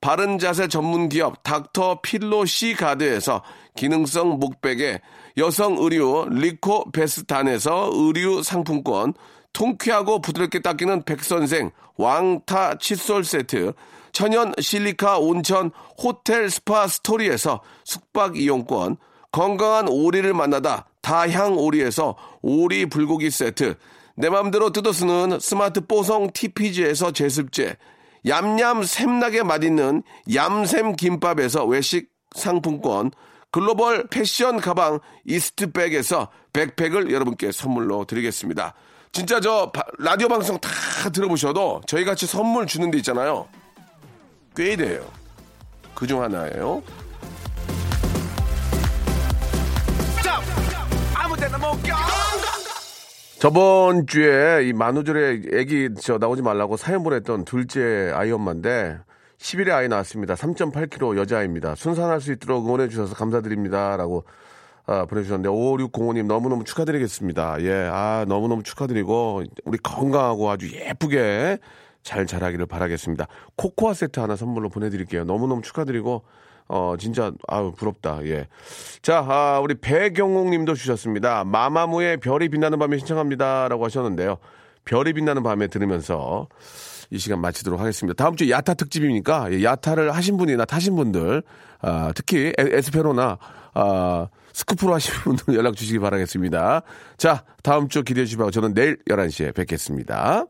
Speaker 1: 바른 자세 전문 기업 닥터 필로 시 가드에서 기능성 목베개, 여성 의류 리코 베스탄에서 의류 상품권, 통쾌하고 부드럽게 닦이는 백선생 왕타 칫솔 세트, 천연 실리카 온천 호텔 스파 스토리에서 숙박 이용권, 건강한 오리를 만나다 다향 오리에서 오리 불고기 세트, 내 맘대로 뜯어 쓰는 스마트 뽀송 TPG에서 제습제, 얌얌 샘나게 맛있는 얌샘 김밥에서 외식 상품권, 글로벌 패션 가방 이스트백에서 백팩을 여러분께 선물로 드리겠습니다. 진짜 저 바- 라디오 방송 다 들어보셔도 저희 같이 선물 주는 데 있잖아요. 꽤 돼요. 그 중 하나예요. 저번 주에 이 만우절에 아기 저 나오지 말라고 사연 보냈던 둘째 아이 엄마인데 10일에 아이 낳았습니다. 3.8kg 여자아입니다. 순산할 수 있도록 응원해 주셔서 감사드립니다라고 아, 보내주셨는데 5605님 너무너무 축하드리겠습니다. 예, 아 너무너무 축하드리고 우리 건강하고 아주 예쁘게 잘 자라기를 바라겠습니다. 코코아 세트 하나 선물로 보내드릴게요. 너무너무 축하드리고 어, 진짜, 아우, 부럽다, 예. 자, 아, 우리 배경옥 님도 주셨습니다. 마마무의 별이 빛나는 밤에 신청합니다. 라고 하셨는데요. 별이 빛나는 밤에 들으면서 이 시간 마치도록 하겠습니다. 다음 주 야타 특집이니까 예, 야타를 하신 분이나 타신 분들, 아, 특히 에- 에스페로나, 아, 스쿠프로 하신 분들 연락 주시기 바라겠습니다. 자, 다음 주 기대해 주시고 저는 내일 11시에 뵙겠습니다.